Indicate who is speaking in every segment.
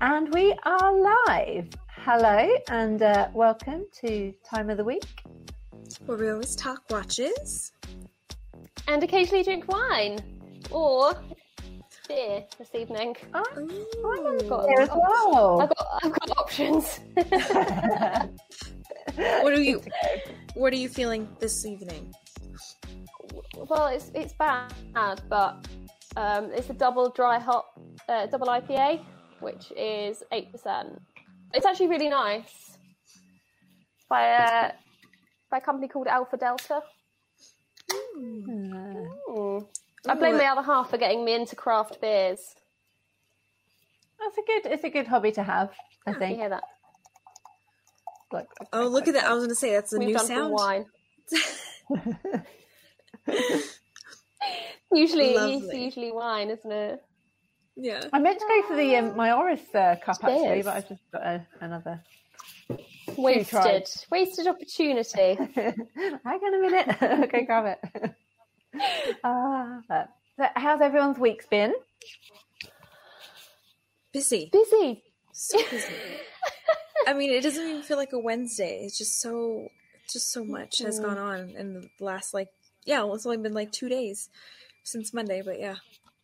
Speaker 1: And we are live. Hello and uh, welcome to Time of the Week.
Speaker 2: Where we always talk watches.
Speaker 3: and occasionally drink wine or beer this evening.
Speaker 1: Oh, I,
Speaker 2: Ooh.
Speaker 3: I've got,
Speaker 1: here as
Speaker 3: I've
Speaker 2: Oh.
Speaker 1: well.
Speaker 3: got, I've got options.
Speaker 2: What are you? What are you feeling this evening?
Speaker 3: well, it's it's bad, but um, it's a double dry hop, uh, double IPA, which is eight percent. It's actually really nice by a by a company called Alpha Delta.
Speaker 1: Hmm.
Speaker 3: I blame
Speaker 2: Ooh.
Speaker 3: my other half for getting me into craft beers.
Speaker 1: That's a good. It's a good hobby to have. I
Speaker 3: You
Speaker 1: think.
Speaker 3: hear that?
Speaker 1: Like,
Speaker 2: Oh, look at that! I was gonna say that's the
Speaker 3: Moved
Speaker 2: new
Speaker 3: on from
Speaker 2: sound.
Speaker 3: wine. Usually, it's
Speaker 2: Lovely.
Speaker 3: usually wine, isn't it?
Speaker 2: yeah.
Speaker 1: I meant to go for the um, my Oris uh, cup actually,
Speaker 3: Cheers.
Speaker 1: but I've just got a, another.
Speaker 3: Wasted,
Speaker 1: tries.
Speaker 3: wasted opportunity.
Speaker 1: Hang on a minute. Go grab it. Ah, but- so how's everyone's week's been?
Speaker 2: Busy.
Speaker 3: Busy.
Speaker 2: So busy. I mean, it doesn't even feel like a Wednesday. It's just so, just so much has
Speaker 1: Mm-hmm.
Speaker 2: gone on in the last like, yeah, well, it's only been like two days since Monday, but yeah.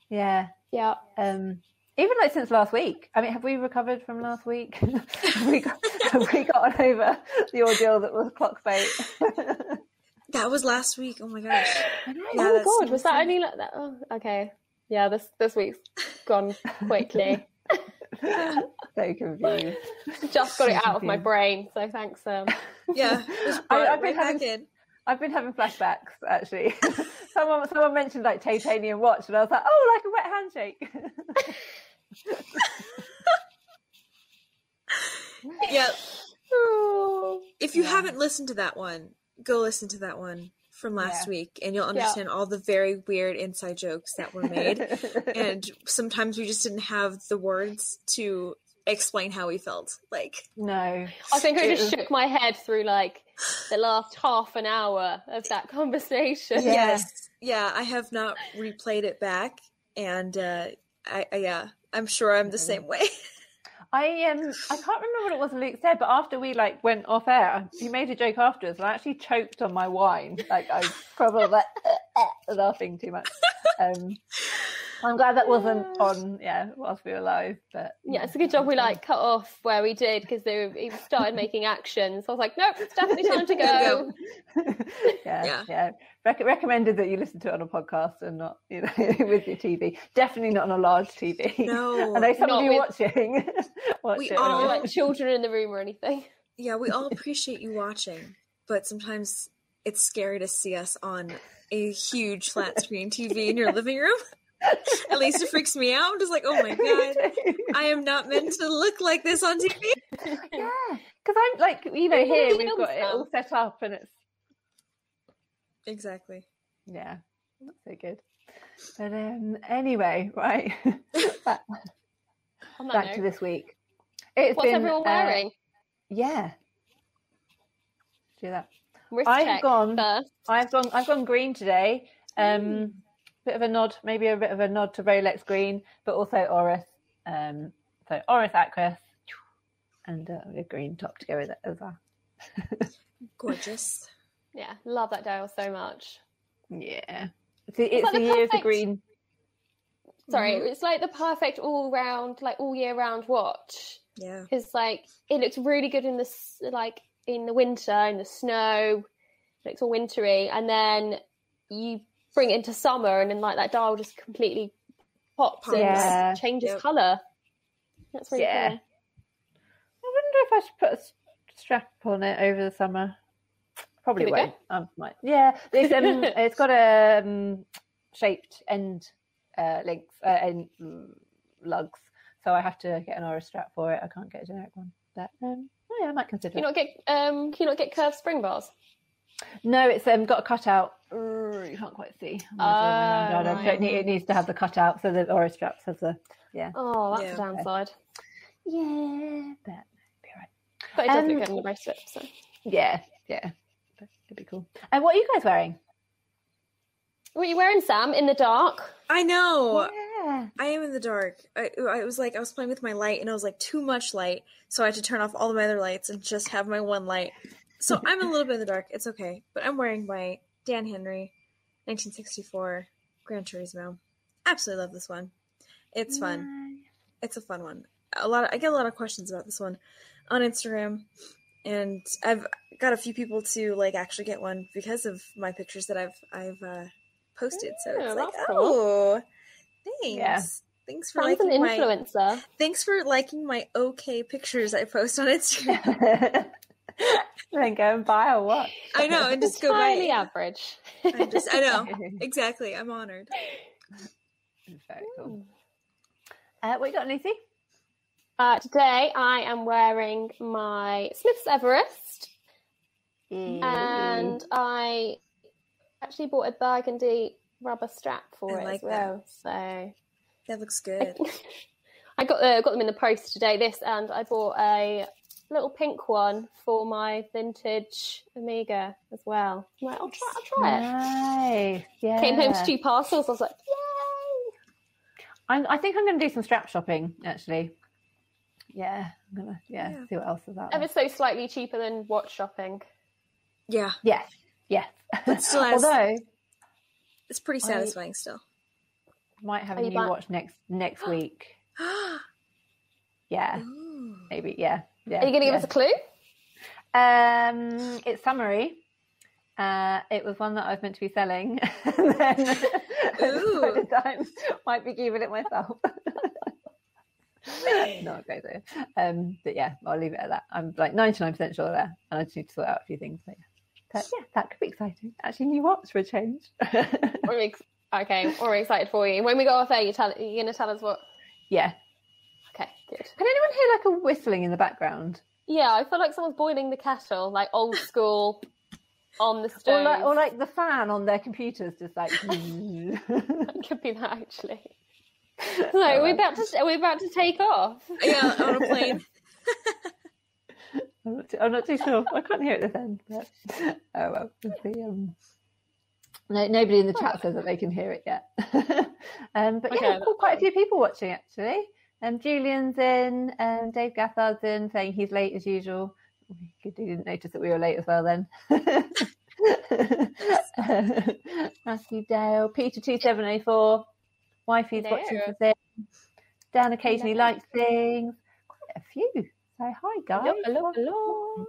Speaker 1: Yeah.
Speaker 3: Yeah.
Speaker 1: Um, even like since last week. I mean, have we recovered from last week? have, we got, have we gotten over the ordeal that was clock fate?
Speaker 2: That was last week. Oh my gosh. Yeah,
Speaker 3: oh
Speaker 2: that's
Speaker 3: god, was that only like that? Oh, okay. Yeah, this this week's gone quickly.
Speaker 1: so confused.
Speaker 3: Just got it out of my brain, so thanks, um, Sam.
Speaker 2: Yeah. Just
Speaker 1: I-
Speaker 2: brought
Speaker 1: I've
Speaker 2: it
Speaker 1: been
Speaker 2: right back
Speaker 1: having-
Speaker 2: in.
Speaker 1: I've been having flashbacks actually. someone someone mentioned like titanium watch, and I was like, oh, like a wet handshake.
Speaker 2: Yeah.
Speaker 3: Oh.
Speaker 2: If you
Speaker 1: Yeah.
Speaker 2: haven't listened to that one, go listen to that one from last
Speaker 1: Yeah.
Speaker 2: week and you'll understand all the very weird inside jokes that were made. and sometimes we just didn't have the words to explain how we felt. Like,
Speaker 1: no.
Speaker 3: I think I just shook my head through like the last half an hour of that conversation.
Speaker 1: Yeah.
Speaker 2: yes. Yeah, I have not replayed it back and uh I, I yeah, I'm sure I'm the same way.
Speaker 1: I um I can't remember what it was Luke said, but after we like went off air, he made a joke afterwards, and I actually choked on my wine. Like I probably like "Uh, laughing too much. Um, I'm glad that wasn't on. Yeah, whilst we were live, but
Speaker 3: Yeah, it's a good job we like cut off where we did because they were- he started making actions. I was like, nope, it's definitely time to go.
Speaker 2: Gotta
Speaker 1: yeah, yeah.
Speaker 2: Yeah.
Speaker 1: Rec- recommended that you listen to it on a podcast and not you know with your TV. Definitely not on a large TV.
Speaker 2: No.
Speaker 1: I know some of
Speaker 3: Not
Speaker 1: you
Speaker 3: with-
Speaker 1: watching. watch
Speaker 2: We
Speaker 1: it
Speaker 3: There were
Speaker 1: on
Speaker 2: all-
Speaker 1: a-
Speaker 3: like children in the room or anything.
Speaker 2: Yeah, we all appreciate you watching, but sometimes it's scary to see us on a huge flat screen TV in your living room. At least it freaks me out. I'm just like, oh my god, I am not meant to look like this on TV.
Speaker 1: Yeah, because I'm like you know here we've
Speaker 3: films
Speaker 1: got it
Speaker 3: now.
Speaker 1: all set up and it's
Speaker 2: Exactly.
Speaker 1: yeah, not so good. But um, anyway, right back,
Speaker 3: On that
Speaker 1: back to
Speaker 3: note,
Speaker 1: this week. It's
Speaker 3: what's
Speaker 1: been,
Speaker 3: everyone
Speaker 1: uh,
Speaker 3: wearing?
Speaker 1: yeah, do that.
Speaker 3: Wrist
Speaker 1: I've
Speaker 3: check
Speaker 1: gone-
Speaker 3: first. Mm.
Speaker 1: I've gone. I've gone green today. Um, bit of a nod, maybe a bit of a nod to Rolex green, but also Oris. Um, so Oris Acris and uh, a green top to go with it as well.
Speaker 2: Gorgeous.
Speaker 3: Yeah, love that dial so much.
Speaker 1: Yeah, it's the, it's
Speaker 3: like
Speaker 1: the
Speaker 3: the
Speaker 1: year of the
Speaker 3: perfect-
Speaker 1: green.
Speaker 3: Sorry, it's like the perfect all round, like all year round watch.
Speaker 2: Yeah.
Speaker 3: Because like it looks really good in the s- like in the winter in the snow, it looks all wintry, and then you bring it into summer, and then like that dial just completely pops and like,
Speaker 1: Yeah.
Speaker 3: changes
Speaker 2: Yep.
Speaker 3: color. That's really
Speaker 1: Yeah.
Speaker 3: cool.
Speaker 1: I wonder if I should put a s- strap on it over the summer. Probably
Speaker 3: Give it a
Speaker 1: won't. I might. Yeah, it's, um, it's got a um, shaped end uh, links uh, end mm, lugs, so I have to get an aura strap for it. I can't get a generic one, but um, oh yeah, I might consider.
Speaker 3: Can
Speaker 1: it.
Speaker 3: you not get um? Can you not get curved spring bars?
Speaker 1: No, it's um, got a cutout. Urgh, You can't quite see. I'm gonna zoom in.
Speaker 3: Oh,
Speaker 1: No, no, It,
Speaker 3: right.
Speaker 1: need, it needs to have the cutout, so the aura straps has the
Speaker 3: Oh, that's
Speaker 2: Yeah.
Speaker 3: a downside.
Speaker 1: yeah. But it'll be all right.
Speaker 3: But it does
Speaker 1: Um,
Speaker 3: look good in the bracelet. So.
Speaker 1: Yeah, yeah, but it'd be cool. And what are you guys wearing?
Speaker 3: What are you wearing, Sam? In the dark?
Speaker 2: I know.
Speaker 1: Yeah.
Speaker 2: I am in the dark. I, I was like, I was playing with my light, and I was like, too much light, so I had to turn off all of my other lights and just have my one light. So I'm a little bit in the dark. It's okay, but I'm wearing my Dan Henry, 1964 Gran Turismo. Absolutely love this one. It's fun. It's a fun one. A lot. Of, I get a lot of questions about this one on Instagram, and I've got a few people to like actually get one because of my pictures that I've I've uh, posted. So
Speaker 3: Ooh,
Speaker 2: it's like,
Speaker 3: that's cool.
Speaker 2: oh, thanks,
Speaker 1: Yeah.
Speaker 2: thanks for
Speaker 3: Sam's an
Speaker 2: liking my
Speaker 3: influencer.
Speaker 2: Thanks for liking my okay pictures I post on Instagram.
Speaker 1: then go and buy a watch.
Speaker 2: I know, and just go
Speaker 3: Highly
Speaker 2: by.
Speaker 3: average.
Speaker 2: I just, I know exactly. I'm honored.
Speaker 1: Very cool. Uh, what you got, Lucy?
Speaker 3: Uh, today I am wearing my Smith's Everest,
Speaker 1: Um,
Speaker 3: and I actually bought a burgundy rubber strap for
Speaker 2: I
Speaker 3: it
Speaker 2: like
Speaker 3: as well. So
Speaker 2: That looks good.
Speaker 3: I got uh, got them in the post today. This and I bought a little pink one for my vintage Amiga as well. I'm like, I'll try, I'll try it.
Speaker 1: Nice. Yeah.
Speaker 3: Came home to two parcels. I was like, yay!
Speaker 1: I'm, I think I'm going to do some strap shopping actually. Yeah, I'm gonna yeah,
Speaker 2: Yeah.
Speaker 1: see what else is out there.
Speaker 3: Ever so slightly cheaper than watch shopping.
Speaker 2: Yeah,
Speaker 1: Yes, yes.
Speaker 2: But still has-
Speaker 1: Although
Speaker 2: it's pretty
Speaker 1: I-
Speaker 2: satisfying still.
Speaker 1: might have
Speaker 3: Are
Speaker 1: a
Speaker 3: you
Speaker 1: new
Speaker 3: back?
Speaker 1: watch next next week. Yeah,
Speaker 2: Ooh.
Speaker 1: maybe. Yeah, yeah.
Speaker 3: Are you going to give
Speaker 1: yeah.
Speaker 3: us a clue?
Speaker 1: Um, it's summary. Uh, it was one that I was meant to be selling. and then at this point in time, might be giving it myself. Not a great idea. Um, but yeah, I'll leave it at that. I'm like 99% sure there, and I just need to sort out a few things. But yeah, that, yeah, that could be exciting. Actually, new watch for a change.
Speaker 3: We're ex- okay, we're excited for you. When we go off air, you tell, you're going to tell us what.
Speaker 1: yeah.
Speaker 3: Okay, good.
Speaker 1: Can anyone hear like a whistling in the background,
Speaker 3: Yeah, I feel like someone's boiling the kettle, like old school, on the stove.
Speaker 1: or like, or like the fan on their computers, just like.
Speaker 3: could be that actually. So we're about to we're about to take off.
Speaker 2: Yeah, on a plane.
Speaker 1: I'm not, too, I'm not too sure. I can't hear it at this end. But, oh well. we'll see, um, no, nobody in the chat says that they can hear it yet. um, but
Speaker 3: Okay,
Speaker 1: yeah,
Speaker 3: that's
Speaker 1: cool, quite a few people watching actually. Um, Julian's in, um, Dave Gathard's in, saying he's late as usual. He didn't notice that we were late as well then. Matthew Dale, Peter two seven oh four, wifey's
Speaker 3: Hello.
Speaker 1: watching the thing. Dan occasionally
Speaker 3: Hello.
Speaker 1: likes things. Quite a few. So hi guys.
Speaker 3: Hello, hello, hello.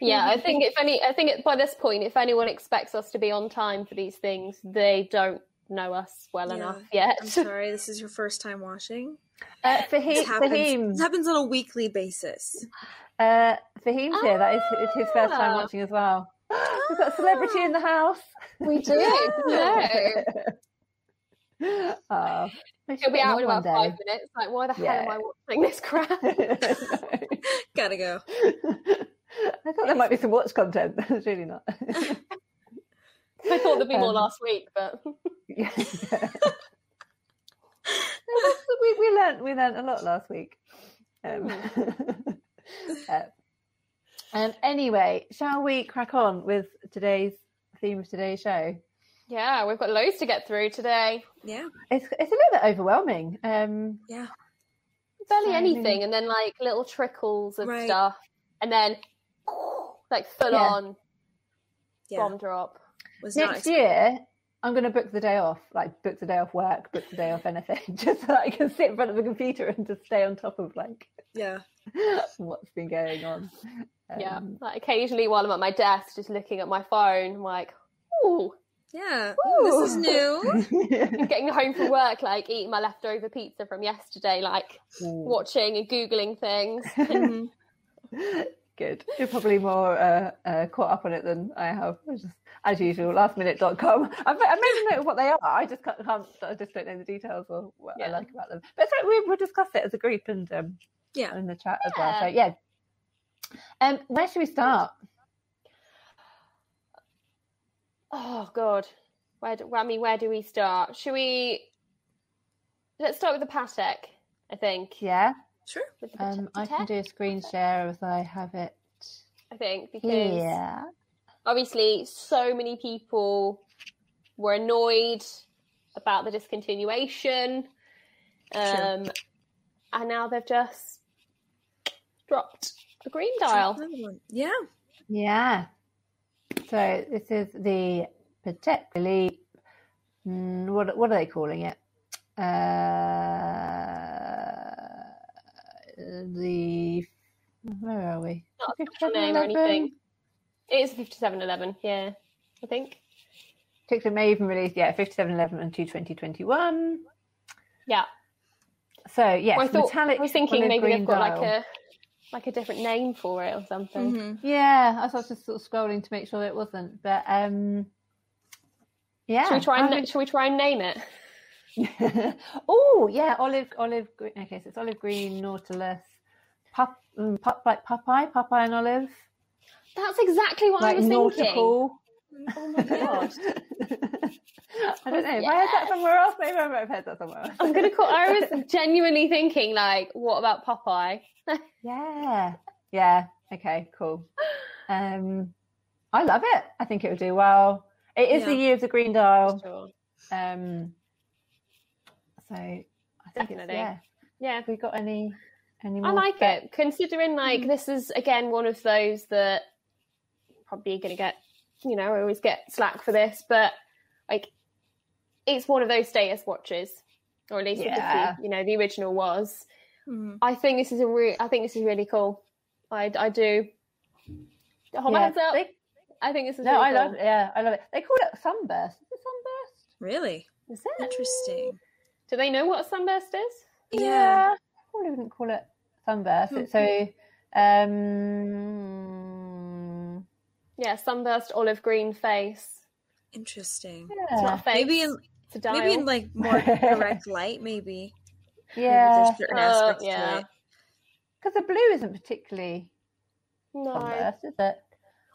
Speaker 3: Yeah, I think if any, I think it, by this point, if anyone expects us to be on time for these things, they don't know us well
Speaker 2: Yeah.
Speaker 3: enough yet.
Speaker 2: I'm sorry, this is your first time watching.
Speaker 1: uh,
Speaker 2: This
Speaker 1: Fahim,
Speaker 2: happens, this
Speaker 1: Fahim,
Speaker 2: happens on a weekly basis.
Speaker 1: uh, Fahim's here. That is it's his first time
Speaker 3: Ah.
Speaker 1: watching as well. We've got a celebrity in the house.
Speaker 3: We do. No.
Speaker 1: oh, we should
Speaker 3: He'll be
Speaker 1: get
Speaker 3: out in
Speaker 1: him on
Speaker 3: about
Speaker 1: one
Speaker 3: five minutes. Like, why the hell am
Speaker 1: Yeah.
Speaker 3: I watching this crap?
Speaker 1: day.
Speaker 2: Gotta go.
Speaker 1: I thought there might be some watch content. There's really not.
Speaker 3: I thought there'd be more
Speaker 1: Um,
Speaker 3: last week, but
Speaker 1: Yeah. we we learnt we learnt a lot last week. Um,
Speaker 2: Mm.
Speaker 1: uh, um, anyway, shall we crack on with today's theme of today's show?
Speaker 3: yeah, we've got loads to get through today.
Speaker 2: Yeah,
Speaker 1: It's it's a little bit overwhelming. Um,
Speaker 2: yeah.
Speaker 3: Barely
Speaker 1: So
Speaker 3: anything,
Speaker 1: many-
Speaker 3: and then like little trickles of
Speaker 2: Right.
Speaker 3: stuff, and then like full
Speaker 1: Yeah.
Speaker 3: on
Speaker 2: Yeah.
Speaker 3: bomb drop.
Speaker 2: Was not
Speaker 1: next
Speaker 2: expecting
Speaker 1: year, I'm going to book the day off. Like book the day off work, book the day off anything, just so that I can sit in front of a computer and just stay on top of like
Speaker 2: Yeah.
Speaker 1: what's been going on.
Speaker 3: Yeah,
Speaker 1: Um,
Speaker 3: like occasionally while I'm at my desk, just looking at my phone, I'm like, ooh,
Speaker 2: Yeah. Ooh, this is new.
Speaker 3: getting home from work, like eating my leftover pizza from yesterday, like watching and googling things.
Speaker 2: Mhm.
Speaker 1: Good. You're probably more uh, uh, caught up on it than I have. I Just, as usual, lastminute.com. I've, I've made a note of what they are. I just can't, can't I just don't know the details or what I
Speaker 3: Yeah.
Speaker 1: like about them. But so we, we'll discuss it as a group and um,
Speaker 2: Yeah.
Speaker 1: in the chat as well. So
Speaker 3: Yeah.
Speaker 1: yeah. Um, where should we start?
Speaker 3: Oh God, where do, I mean, where do we start? Should we? Let's start with the Patek. I think.
Speaker 1: Yeah.
Speaker 2: Sure.
Speaker 3: With the
Speaker 1: Um, I can
Speaker 3: Patek,
Speaker 1: do a screen share as I have it
Speaker 3: I think because
Speaker 1: here.
Speaker 3: obviously so many people were annoyed about the discontinuation
Speaker 2: Sure.
Speaker 3: Um, And now they've just dropped the green dial.
Speaker 2: Another one. Yeah.
Speaker 1: Yeah. So this is the particularly mm, what what are they calling it? Uh, the where are we?
Speaker 3: Not a special name or
Speaker 1: 5711?
Speaker 3: anything. It is 5711, yeah, I think.
Speaker 1: TikTok may even release yeah fifty seven eleven and two twenty twenty one.
Speaker 3: Yeah.
Speaker 1: So yes,
Speaker 3: Well, I thought
Speaker 1: metallic.
Speaker 3: I was thinking
Speaker 1: olive
Speaker 3: maybe
Speaker 1: green
Speaker 3: they've got
Speaker 1: dial.
Speaker 3: like a like a different name for it or something.
Speaker 2: Mhm.
Speaker 1: Yeah, I was just sort of scrolling to make sure it wasn't, but um, yeah.
Speaker 3: Should we try and
Speaker 1: I'm-
Speaker 3: should we try and name it?
Speaker 1: oh yeah, olive, olive green. Okay, so it's olive green, nautilus, pup, mm, pup like Popeye, Popeye and olive,
Speaker 3: That's exactly what
Speaker 1: like
Speaker 3: I was thinking.
Speaker 1: nautical.
Speaker 3: Oh my god.
Speaker 1: I don't know. If I heard that somewhere else, maybe I might have heard that somewhere else.
Speaker 3: I'm gonna call I was genuinely thinking like, what about Popeye?
Speaker 1: Yeah. Yeah. Okay. Cool. Um, I love it. I think it will do well. It is the
Speaker 2: Yeah.
Speaker 1: year of the green dial.
Speaker 3: Sure.
Speaker 1: Um, so I think it's
Speaker 3: Definitely.
Speaker 1: yeah.
Speaker 3: Yeah.
Speaker 1: Have we got any? any
Speaker 3: I
Speaker 1: more
Speaker 3: like
Speaker 1: bets?
Speaker 3: it. Considering like this is again one of those that probably gonna get you know, I always get slack for this, but like it's one of those status watches. Or at least it
Speaker 1: Yeah.
Speaker 3: was the, you know, the original was.
Speaker 2: Mhm.
Speaker 3: I think this is a re- I think this is really cool. I I do. Hold my
Speaker 1: Yeah.
Speaker 3: hands up.
Speaker 1: They-
Speaker 3: I think this is
Speaker 1: no,
Speaker 3: really
Speaker 1: I love.
Speaker 3: cool.
Speaker 1: Yeah, I love it. They call it sunburst. Is it sunburst?
Speaker 2: Really
Speaker 3: Is it?
Speaker 2: interesting.
Speaker 3: Do they know what a sunburst is?
Speaker 2: Yeah.
Speaker 1: I probably wouldn't call it sunburst. It's so.
Speaker 3: Mm-hmm.
Speaker 1: Um,
Speaker 3: Yeah, sunburst, olive green face.
Speaker 2: Interesting.
Speaker 3: It's
Speaker 1: yeah.
Speaker 3: not a face.
Speaker 2: Maybe in
Speaker 3: it's a dial.
Speaker 2: maybe in like more direct light. Maybe. Maybe
Speaker 1: Yeah,
Speaker 2: there's certain
Speaker 3: Oh,
Speaker 2: aspects
Speaker 3: yeah.
Speaker 2: to it.
Speaker 1: because the blue isn't particularly
Speaker 3: no.
Speaker 1: sunburst, is it?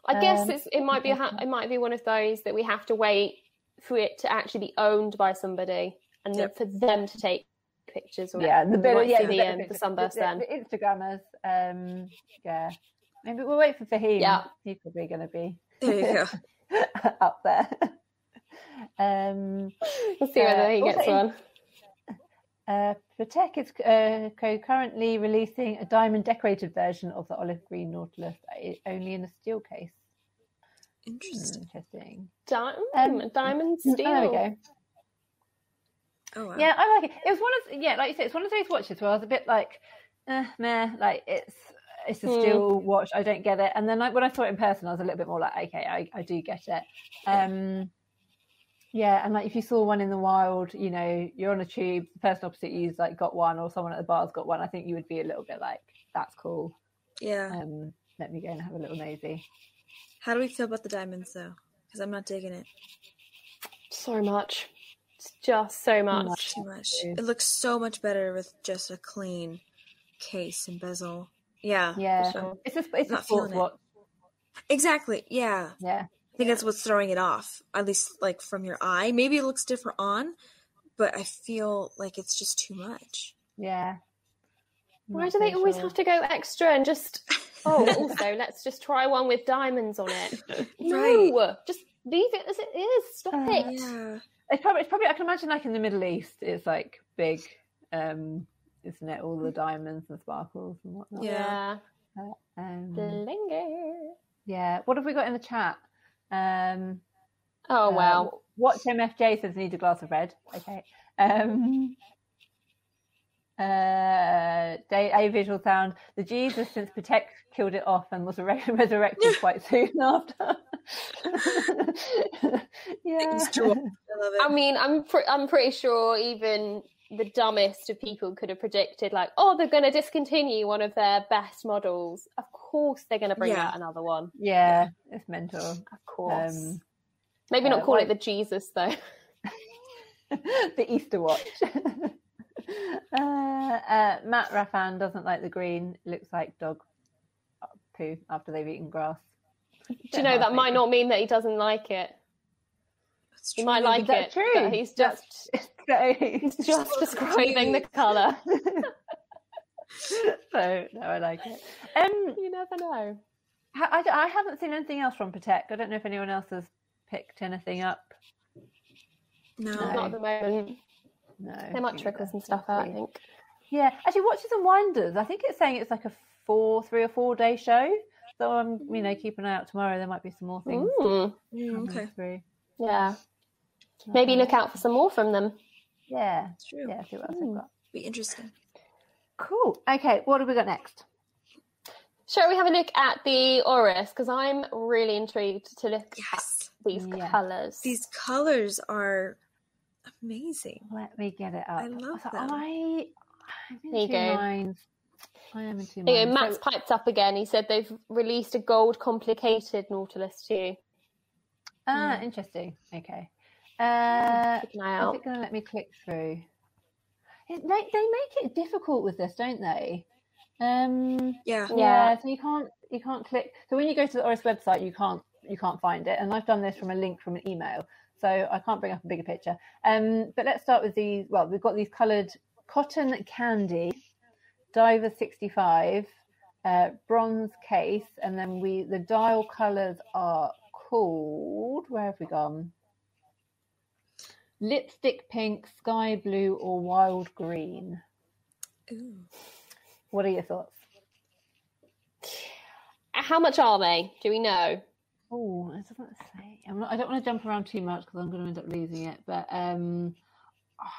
Speaker 3: I guess
Speaker 1: Um,
Speaker 3: it's it might be a ha- it might be one of those that we have to wait for it to actually be owned by somebody and then
Speaker 2: Yep.
Speaker 3: for them to take pictures. Or
Speaker 1: Yeah, the
Speaker 3: we
Speaker 1: bit,
Speaker 3: might
Speaker 1: yeah,
Speaker 3: see the,
Speaker 1: better
Speaker 3: um, the
Speaker 1: picture.
Speaker 3: sunburst
Speaker 1: the,
Speaker 3: then.
Speaker 1: the Instagrammers. Um, yeah, maybe we'll wait for Fahim.
Speaker 3: Yeah.
Speaker 1: he's probably going to be
Speaker 2: There you go.
Speaker 1: up there. um,
Speaker 3: We'll see whether
Speaker 1: Uh,
Speaker 3: he
Speaker 1: also
Speaker 3: gets
Speaker 1: in-
Speaker 3: one.
Speaker 1: Uh, Patek is uh, co- currently releasing a diamond decorated version of the olive green Nautilus, i- only in a steel case. Hmm,
Speaker 2: Interesting.
Speaker 1: Interesting.
Speaker 3: Diamond,
Speaker 1: Um,
Speaker 3: diamond
Speaker 1: Mm,
Speaker 3: steel.
Speaker 1: There we go.
Speaker 2: Oh wow.
Speaker 1: Yeah, I like it. It was one of yeah, like you said, it's one of those watches where I was a bit like, eh, meh, like it's it's a
Speaker 3: Hmm.
Speaker 1: steel watch. I don't get it. And then like, when I saw it in person, I was a little bit more like, okay, I, I do get it. Um, yeah, and like if you saw one in the wild, you know, you're on a tube, the person opposite you's like got one, or someone at the bar's got one. I think you would be a little bit like, that's cool.
Speaker 2: Yeah.
Speaker 1: um, let me go and have a little nosy.
Speaker 2: How do we feel about the diamonds though? Because I'm not digging it
Speaker 3: So much. It's just so much.
Speaker 1: much.
Speaker 2: too much.
Speaker 1: Yeah.
Speaker 2: It looks so much better with just a clean case and bezel. Yeah.
Speaker 1: Yeah,
Speaker 3: sure.
Speaker 1: it's a it's a
Speaker 2: Not
Speaker 1: sports
Speaker 2: feeling it.
Speaker 1: watch.
Speaker 2: Exactly. Yeah.
Speaker 1: Yeah,
Speaker 2: I think that's what's throwing it off, at least like from your eye. Maybe it looks different on, but I feel like it's just too much.
Speaker 1: yeah.
Speaker 3: Why do they always have to go extra and just? Oh, also, let's just try one with diamonds on it. No, just leave it as it is. Stop
Speaker 1: Uh,
Speaker 3: it.
Speaker 2: Yeah.
Speaker 1: It's probably it's probably I can imagine like in the Middle East, it's like big, um, isn't it? All the diamonds and sparkles and whatnot.
Speaker 2: Yeah.
Speaker 3: Mm. Yeah,
Speaker 1: Um,
Speaker 3: Blingy.
Speaker 1: yeah. What have we got in the chat? Um,
Speaker 3: Oh
Speaker 1: uh,
Speaker 3: wow.
Speaker 1: Watch MFJ says need a glass of red. Okay. Um, uh, day a visual sound. The Jesus since Patek killed it off and was re- resurrected quite soon after. yeah.
Speaker 2: Thanks, Jewel. I love it.
Speaker 1: Um,
Speaker 3: I mean, I'm pre- I'm pretty sure even the dumbest of people could have predicted like, oh, they're going to discontinue one of their best models. Of course, they're going to bring
Speaker 2: Yeah.
Speaker 3: out another one.
Speaker 1: Yeah, it's mental.
Speaker 3: Of course.
Speaker 1: Um,
Speaker 3: Maybe
Speaker 1: yeah,
Speaker 3: not call
Speaker 1: why-
Speaker 3: it the Jesus though.
Speaker 1: the Easter watch. uh, uh, Matt Raffan doesn't like the green. Looks like dog poo after they've eaten grass.
Speaker 3: Do you know that might not mean that he doesn't like it.
Speaker 2: It's
Speaker 3: He
Speaker 2: true.
Speaker 3: might like
Speaker 1: that
Speaker 3: it.
Speaker 1: true?
Speaker 3: But he's
Speaker 1: That's-
Speaker 3: just
Speaker 1: so,
Speaker 3: It's just describing the colour.
Speaker 1: so no, I like it. Um,
Speaker 3: You never know.
Speaker 1: I, I- I haven't seen anything else from Patek. I don't know if anyone else has picked anything up.
Speaker 2: No.
Speaker 1: No.
Speaker 3: Not at the moment.
Speaker 1: No,
Speaker 3: They might trick us and stuff out, I think.
Speaker 1: Yeah, actually, Watches and Wonders. I think it's saying it's like a four, three or four day show. So I'm, you know, keep an eye out tomorrow. There might be some more things
Speaker 3: Mm,
Speaker 2: Mm,
Speaker 1: coming
Speaker 2: okay,
Speaker 1: through.
Speaker 3: yeah. Maybe look out for some more from them.
Speaker 1: Yeah,
Speaker 2: that's true.
Speaker 1: yeah. See what else
Speaker 3: Hmm.
Speaker 1: I've got.
Speaker 2: Be interesting.
Speaker 1: Cool. Okay, what have we got next?
Speaker 3: Shall we have a look at the auras? Because I'm really intrigued to look at
Speaker 2: Yes,
Speaker 3: these
Speaker 1: Yeah.
Speaker 3: colours.
Speaker 2: these colors are amazing.
Speaker 1: Let me get it up.
Speaker 2: I love
Speaker 1: so
Speaker 2: them.
Speaker 1: I, I'm in
Speaker 3: There you
Speaker 1: two
Speaker 3: go.
Speaker 1: minds. I am in two
Speaker 3: There you
Speaker 1: minds.
Speaker 3: go, Matt's piped up again. He said they've released a gold complicated Nautilus too.
Speaker 1: So- ah, interesting. Okay. Uh,
Speaker 3: Keep an eye
Speaker 1: Is
Speaker 3: out.
Speaker 1: it going to let me click through? It, they, they make it difficult with this, don't they? Um,
Speaker 2: Yeah,
Speaker 1: yeah.
Speaker 3: Yeah.
Speaker 1: So you can't you can't click. So when you go to the Oris website, you can't you can't find it. And I've done this from a link from an email, so I can't bring up a bigger picture. Um, but let's start with these. Well, we've got these coloured cotton candy, diver sixty five, uh, bronze case, and then we the dial colours are called. Where have we gone? Lipstick pink, sky blue, or wild green.
Speaker 2: Ooh.
Speaker 1: What are your thoughts?
Speaker 3: Uh, How much are they? Do we know?
Speaker 1: Oh, I don't want to say. I'm not, I don't want to jump around too much because I'm going to end up losing it. But um, ah,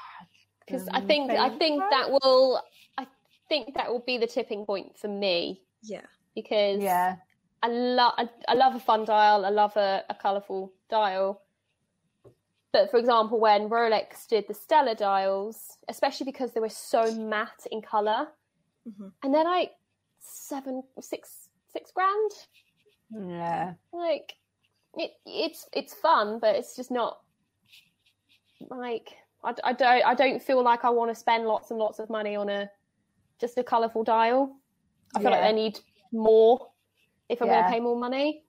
Speaker 3: Because I
Speaker 1: um,
Speaker 3: think I think
Speaker 1: favourite?
Speaker 3: that will I think that will be the tipping point for me
Speaker 2: yeah.
Speaker 3: because
Speaker 1: yeah,
Speaker 3: I love I, I love a fun dial. I love a, a colourful dial. But for example, when Rolex did the Stellar dials, especially because they were so matte in color,
Speaker 2: Mhm.
Speaker 3: and they're like seven, six, six grand.
Speaker 1: yeah,
Speaker 3: Like it, it's it's fun, but it's just not like I, d- I don't I don't feel like I want to spend lots and lots of money on a just a colourful dial. I feel like
Speaker 1: Yeah.
Speaker 3: I need more if I'm going
Speaker 1: Yeah.
Speaker 3: to pay more money.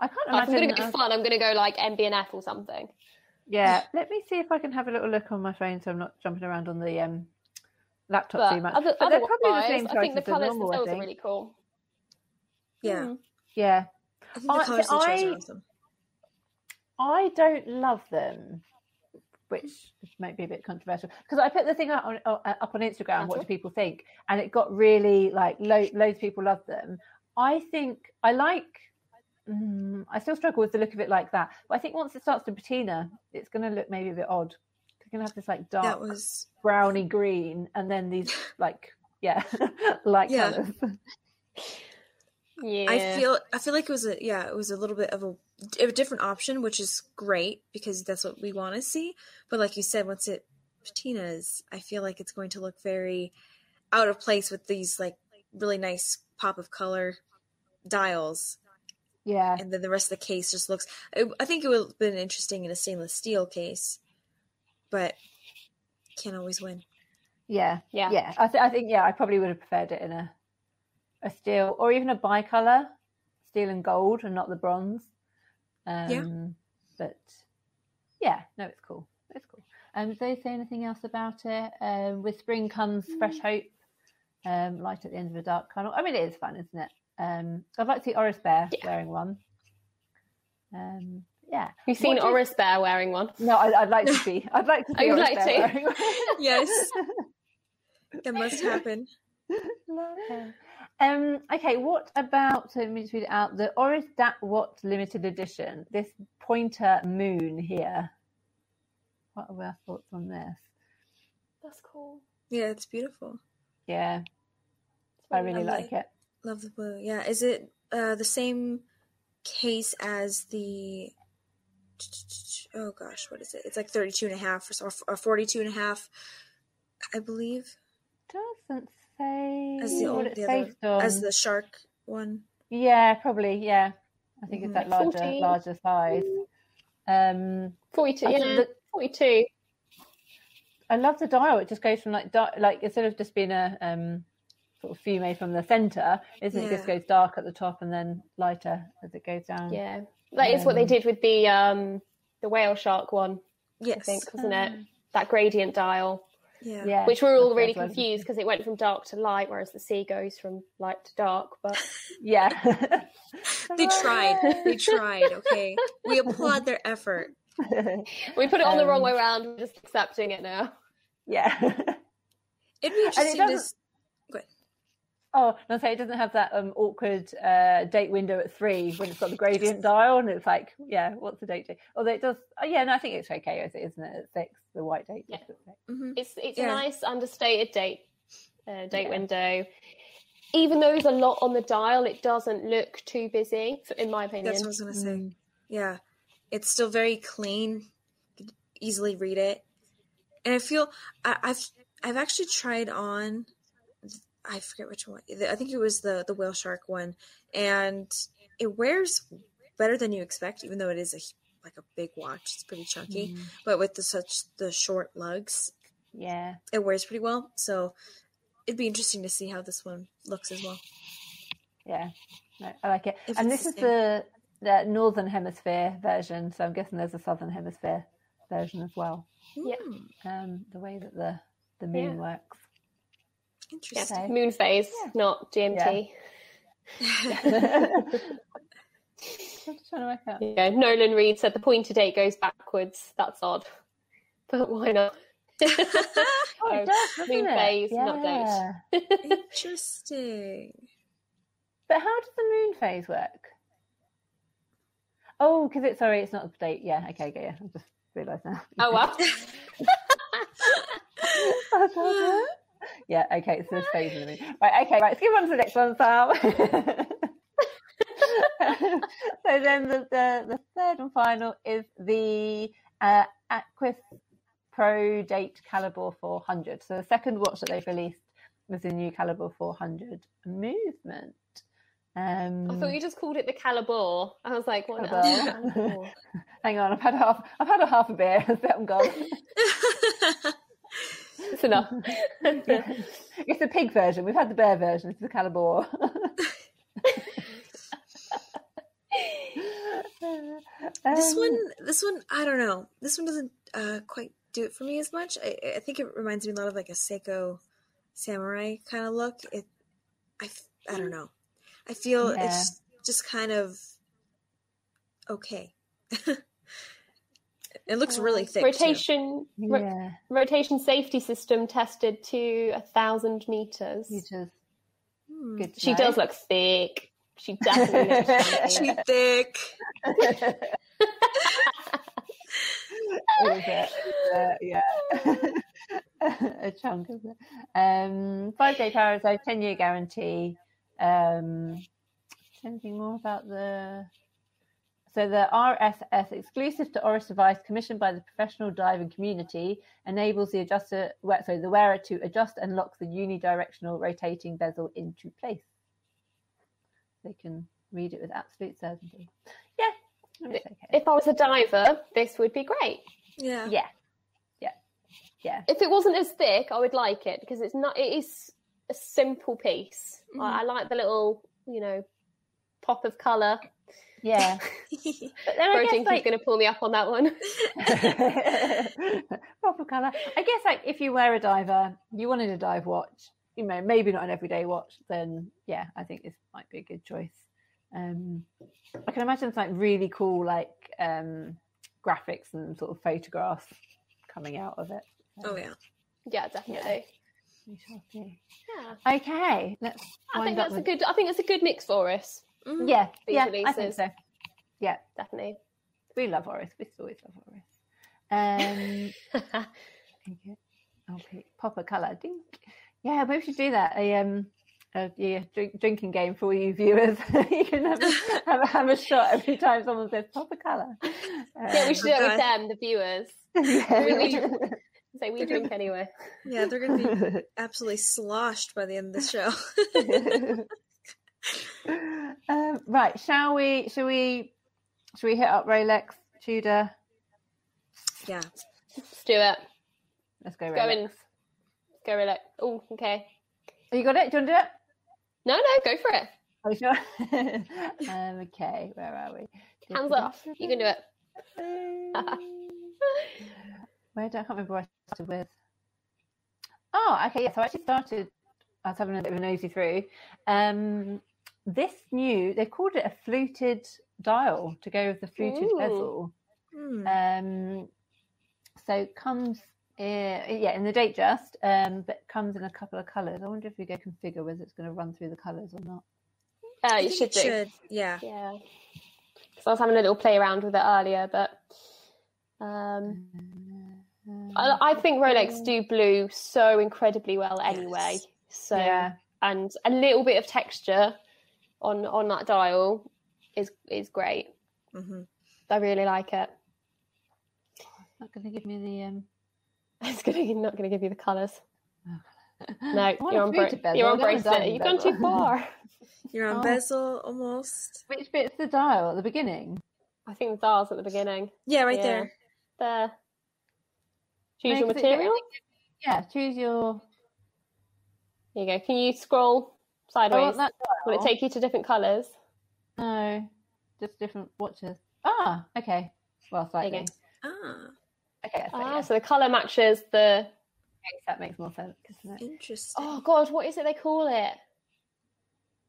Speaker 1: I can't imagine.
Speaker 3: Like, if I'm going to
Speaker 1: us-
Speaker 3: go fun, I'm going to go like MBNF or something.
Speaker 1: yeah, let me see if I can have a little look on my phone so I'm not jumping around on the um laptop
Speaker 3: But
Speaker 1: too much.
Speaker 3: other,
Speaker 1: but they're probably the
Speaker 3: otherwise,
Speaker 1: same
Speaker 3: I think
Speaker 1: choices
Speaker 3: the
Speaker 1: as
Speaker 3: colours
Speaker 1: normal, I
Speaker 3: themselves are
Speaker 1: think.
Speaker 3: really cool.
Speaker 2: Yeah.
Speaker 3: Mm.
Speaker 1: Yeah,
Speaker 2: I think the
Speaker 1: I-
Speaker 2: colors
Speaker 1: so
Speaker 2: they chose
Speaker 1: I-
Speaker 2: are awesome.
Speaker 1: I don't love them, which might be a bit controversial because I put the thing up on, uh, up on Instagram.
Speaker 3: That's
Speaker 1: What do
Speaker 3: all.
Speaker 1: people think? And it got really like lo- loads of people love them. I think I like. Mm, I still struggle with the look of it like that, but I think once it starts to patina, it's going to look maybe a bit odd. It's going to have this like
Speaker 2: That
Speaker 1: dark
Speaker 2: was
Speaker 1: browny green, and then these like yeah, light
Speaker 2: Yeah.
Speaker 1: colours. Hmm.
Speaker 3: Yeah.
Speaker 2: I feel I feel like it was a yeah it was a little bit of a, a different option which is great because that's what we want to see but like you said once it patinas I feel like it's going to look very out of place with these like really nice pop of color dials
Speaker 1: Yeah,
Speaker 2: and then the rest of the case just looks I, I think it would have been interesting in a stainless steel case but can't always win
Speaker 1: yeah,
Speaker 3: yeah.
Speaker 1: yeah. I, th- I think yeah, I probably would have preferred it in a a steel or even a bicolor, steel and gold, and not the bronze. Um,
Speaker 2: Yeah.
Speaker 1: But yeah, no, it's cool. It's cool. Um, did they say anything else about it? Um, with spring comes
Speaker 3: Mm.
Speaker 1: fresh hope. Um, light at the end of a dark tunnel. I mean, it is fun, isn't it? Um, I'd like to see Oris Bear
Speaker 3: Yeah.
Speaker 1: wearing one. Um, yeah.
Speaker 3: You've seen
Speaker 1: What do you-
Speaker 3: Oris Bear wearing one.
Speaker 1: No, I, I'd like to see. I'd like to see.
Speaker 3: I'd
Speaker 1: Oris
Speaker 3: like
Speaker 1: Bear
Speaker 3: to.
Speaker 1: wearing one.
Speaker 2: yes that must happen
Speaker 1: Love it. Um, okay, what about, so let me just read it out, the Oris Dat Wat limited edition, this pointer moon here. What are our thoughts on this?
Speaker 3: That's cool.
Speaker 2: yeah it's beautiful
Speaker 1: Yeah, I really
Speaker 2: Lovely.
Speaker 1: like it.
Speaker 2: Love the blue. Yeah, is it uh, the same case as the oh gosh, what is it? It's like 32 and a half or, so, or 42 and a half, I believe,
Speaker 1: Doesn't say
Speaker 2: As the
Speaker 1: what
Speaker 2: old-
Speaker 1: it's
Speaker 2: the other-
Speaker 1: based on.
Speaker 2: as
Speaker 3: Um,
Speaker 2: the shark one.
Speaker 1: Yeah, probably, yeah. I think it's
Speaker 2: Mhm.
Speaker 1: that larger
Speaker 3: 14.
Speaker 1: larger size. Um,
Speaker 3: 42.
Speaker 1: I
Speaker 3: Yeah.
Speaker 1: think that-
Speaker 3: 42.
Speaker 1: I love the dial. It just goes from like dark, like instead of just being a um, sort of fume from the center, isn't it? it? Just
Speaker 2: Yeah.
Speaker 1: goes dark at the top and then lighter as it goes down.
Speaker 3: Yeah. That is what they
Speaker 1: Um,
Speaker 3: did with the um the whale shark one, I
Speaker 2: Yes.
Speaker 3: think, wasn't
Speaker 1: Hmm.
Speaker 3: it? That gradient dial,
Speaker 2: Yeah.
Speaker 1: Yeah,
Speaker 3: which we were all
Speaker 1: that's
Speaker 3: really
Speaker 1: what I was-
Speaker 3: confused because it went from dark to light, whereas the sea goes from light to dark. But
Speaker 1: Yeah,
Speaker 2: They tried. They tried, okay? we applaud their effort.
Speaker 3: we put it on the wrong
Speaker 1: Um,
Speaker 3: way around. We're just accepting it now.
Speaker 1: Yeah.
Speaker 2: It'd be interesting to.
Speaker 1: doesn't-
Speaker 2: s- Go ahead.
Speaker 1: Oh, no, so it doesn't have that um, awkward uh, date window at three when it's got the gradient dial and it's like, yeah, what's the date? to- Although it does, oh, yeah, no, I think it's okay as it is, isn't it? At six, the white date.
Speaker 3: Yeah.
Speaker 1: just at six.
Speaker 2: Mhm.
Speaker 3: It's it's
Speaker 2: Yeah.
Speaker 3: a nice understated date uh, date
Speaker 1: Yeah.
Speaker 3: window. Even though there's a lot on the dial, it doesn't look too busy, f- in my opinion.
Speaker 2: That's what I was gonna say.
Speaker 1: Mm-hmm.
Speaker 2: Yeah, it's still very clean. You can easily read it, and I feel I, I've I've actually tried on. I forget which one. I think it was the the whale shark one, and it wears better than you expect, even though it is a like a big watch. It's pretty chunky,
Speaker 1: Mm-hmm.
Speaker 2: but with the such the short lugs,
Speaker 1: Yeah.
Speaker 2: it wears pretty well. So it'd be interesting to see how this one looks as well.
Speaker 1: Yeah, no, I like it.
Speaker 2: If
Speaker 1: and
Speaker 2: it's
Speaker 1: this
Speaker 2: the
Speaker 1: is
Speaker 2: same.
Speaker 1: the, the northern hemisphere version, so I'm guessing there's a southern hemisphere version as well.
Speaker 3: Yeah.
Speaker 2: Hmm,
Speaker 1: Um, the way that the the moon works.
Speaker 3: Yeah.
Speaker 2: interesting.
Speaker 3: Moon phase,
Speaker 1: Yeah.
Speaker 3: not GMT.
Speaker 1: Just trying to work out.
Speaker 3: Yeah. Nolan Reed said the pointer date goes backwards. That's odd, but why not?
Speaker 1: Oh, it
Speaker 3: Oh,
Speaker 1: does, doesn't
Speaker 3: moon
Speaker 1: it?
Speaker 3: phase, not date.
Speaker 1: Yeah.
Speaker 2: interesting.
Speaker 1: But how does the moon phase work? Oh, because it's sorry, it's not the date. Yeah, okay, okay, yeah. I just realised now.
Speaker 3: Oh well.
Speaker 1: well. yeah, okay, it's this phase of the moon. Right, okay, right. Let's move on to the next one, Sal. so then the, the the third and final is the uh, Aquis Pro Date Calibre 400. So the second watch that they've released was the new Calibre 400 movement. Um,
Speaker 3: I thought you just called it the Calibor. I was like, what?
Speaker 1: Calibor.
Speaker 3: else? Calibor.
Speaker 1: Hang on, I've had half. I've had a half a beer. I bet I'm gone.
Speaker 3: It's enough.
Speaker 1: it's the pig version. We've had the bear version. It's the Calibor.
Speaker 2: this
Speaker 1: Um,
Speaker 2: one, this one, I don't know. This one doesn't uh, quite do it for me as much. I, I think it reminds me a lot of like a Seiko samurai kind of look. It, I, f- I don't know. I feel
Speaker 1: Yeah.
Speaker 2: it's just kind of okay. it
Speaker 1: Oh,
Speaker 2: looks really thick. too.
Speaker 3: Rotation. ro-
Speaker 1: Um, Yeah,
Speaker 3: rotation safety system tested to a thousand meters.
Speaker 1: you just
Speaker 2: Hmm.
Speaker 1: good. to
Speaker 3: She
Speaker 1: know.
Speaker 3: does look thick. She definitely looks chunky.
Speaker 2: She thick.
Speaker 1: It is a- uh, yeah. a chunk of it. Um, five day power reserve, 10 year guarantee. Um, is there anything more about the. So the RSS, exclusive to Oris device, commissioned by the professional diving community, enables the adjuster, we- sorry, the wearer to adjust and lock the unidirectional rotating bezel into place. They can read it with absolute certainty. Yeah, it's okay.
Speaker 3: If I was a diver, this would be great.
Speaker 2: Yeah.
Speaker 1: yeah, yeah, yeah.
Speaker 3: If it wasn't as thick, I would like it because it's not. It is a simple piece.
Speaker 2: Mhm.
Speaker 3: I, I like the little, you know, pop of color.
Speaker 1: Yeah, but then I
Speaker 3: Protein
Speaker 1: guess
Speaker 3: is
Speaker 1: like
Speaker 3: going to pull me up on that one.
Speaker 1: proper color. I guess like if you wear a diver, you wanted a dive watch, you know, maybe not an everyday watch, then yeah, I think this might be a good choice. Um, I can imagine it's like really cool like um, graphics and sort of photographs coming out of it.
Speaker 2: oh yeah.
Speaker 3: yeah, definitely.
Speaker 1: We shall see.
Speaker 3: Yeah,
Speaker 1: Okay, let's.
Speaker 3: I think
Speaker 1: wind up
Speaker 3: that's a
Speaker 1: with-
Speaker 3: good. I think that's a good mix for us.
Speaker 2: Mhm.
Speaker 1: Yeah,
Speaker 3: these
Speaker 1: yeah, I think
Speaker 3: releases.
Speaker 1: so. Yeah,
Speaker 3: Definitely.
Speaker 1: we love Oris. We always love Oris. Um, Okay. Okay. Pop a colour. Dink. Yeah, maybe we should do that. A um, a, yeah, drink, drinking game for all you viewers. you can have, a- have, a- have a shot every time someone says pop a colour. Um,
Speaker 3: yeah, we should do it
Speaker 2: Okay.
Speaker 3: with them, the viewers. Say we drink anyway.
Speaker 2: Yeah, they're gonna be absolutely sloshed by the end of the show.
Speaker 1: um, right. Shall we? Shall we? Shall we hit up Rolex Tudor?
Speaker 2: yeah.
Speaker 3: Let's do it.
Speaker 1: Let's go. Rolex.
Speaker 3: Go in. Go relax. Oh, okay.
Speaker 1: Have you got it? Do you want to do it?
Speaker 3: No, no, go for it.
Speaker 1: Are you sure? um, okay. Where are we?
Speaker 3: Hands off. You can do it.
Speaker 1: Where do I can't remember where I started with. Oh, okay, yeah. So I actually started. I was having a bit of a nosy through. Um, this new, they called it a fluted dial to go with the fluted
Speaker 3: Ooh.
Speaker 1: bezel.
Speaker 2: Hmm.
Speaker 1: Um, so comes Uh, yeah, in the date just, um, but comes in a couple of colours. I wonder if we go configure whether it's going to run through the colours or not.
Speaker 3: Uh,
Speaker 2: I
Speaker 3: you
Speaker 2: think
Speaker 3: should
Speaker 2: it
Speaker 3: do.
Speaker 2: should. Yeah.
Speaker 3: Yeah. Because I was having a little play around with it earlier, but um,
Speaker 1: Mm. Uh,
Speaker 3: I, I think Rolex do blue so incredibly well anyway.
Speaker 2: Yes.
Speaker 3: So
Speaker 1: yeah,
Speaker 3: and a little bit of texture on on that dial is is great.
Speaker 2: hmm
Speaker 3: I really like it.
Speaker 1: not going to give me the. Um...
Speaker 3: It's gonna not going to give you the colours.
Speaker 1: I
Speaker 3: No,
Speaker 1: want
Speaker 3: you're
Speaker 1: a
Speaker 3: on
Speaker 1: fruit
Speaker 3: bra-
Speaker 1: bezel.
Speaker 3: you're
Speaker 1: I
Speaker 3: on
Speaker 1: don't want a
Speaker 3: bracelet.
Speaker 1: diamond
Speaker 3: You've gone too
Speaker 1: bezel.
Speaker 3: far.
Speaker 2: You're on
Speaker 1: Oh.
Speaker 2: bezel almost.
Speaker 1: Which bit's the dial at the beginning?
Speaker 3: I think the dial's at the beginning.
Speaker 2: Yeah, right
Speaker 3: Yeah.
Speaker 2: there.
Speaker 3: There. Choose
Speaker 1: No,
Speaker 3: your
Speaker 1: 'cause it get-
Speaker 3: material.
Speaker 1: Yeah, choose your.
Speaker 3: There you go. Can you scroll
Speaker 1: I want
Speaker 3: sideways?
Speaker 1: oh, that
Speaker 3: Will it
Speaker 1: dial.
Speaker 3: take you to different colours?
Speaker 1: No, just different watches. Ah, okay. Well,
Speaker 3: you
Speaker 1: slightly.
Speaker 3: go.
Speaker 2: Ah,
Speaker 1: Okay, that's it,
Speaker 3: Ah,
Speaker 1: yeah.
Speaker 3: so the colour matches the.
Speaker 1: that makes more sense, doesn't it?
Speaker 2: interesting.
Speaker 3: Oh God, what is it they call it?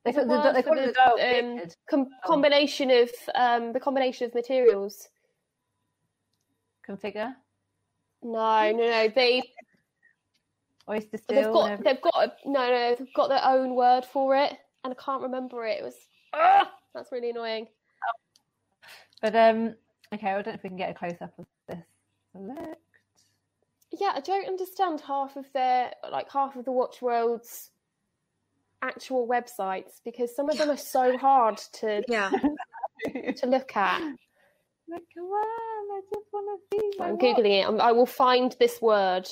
Speaker 1: They
Speaker 3: There's a
Speaker 1: call, they,
Speaker 3: word
Speaker 1: they
Speaker 3: for
Speaker 1: call it
Speaker 3: the,
Speaker 1: the dial
Speaker 3: um,
Speaker 1: fitted.
Speaker 3: Com- combination of um, the combination of materials.
Speaker 1: Configure,
Speaker 3: No, no, no. They
Speaker 1: oyster still.
Speaker 3: they've got they've got a, no, no. They've got their own word for it, and I can't remember it. It was ah, that's really annoying.
Speaker 1: But um, okay, I don't know if we can get a close up of this. Select.
Speaker 3: Yeah, I don't understand half of their like half of the Watch World's actual websites because some of them are so hard to
Speaker 2: Yeah.
Speaker 3: to look at.
Speaker 1: Like, come on, I just want to see. my
Speaker 3: I'm
Speaker 1: watch.
Speaker 3: googling it. I'm, I will find this word.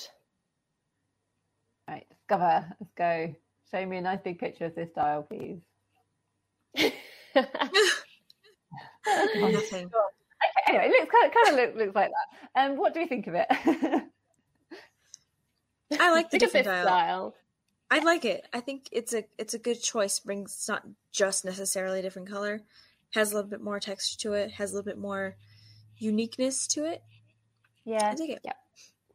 Speaker 1: Right, discover. Let's go. Show me a nice big picture of this dial, please. okay,
Speaker 2: Nothing.
Speaker 1: anyway, it looks kind of, kind of look, looks like that. Um, what do we think of it?
Speaker 2: I like the
Speaker 3: Look at this
Speaker 2: different dial.
Speaker 3: style.
Speaker 2: I like it. I think it's a it's a good choice. Brings it's not just necessarily a different color. Has a little bit more texture to it. Has a little bit more uniqueness to it. I
Speaker 1: yeah,
Speaker 2: dig it.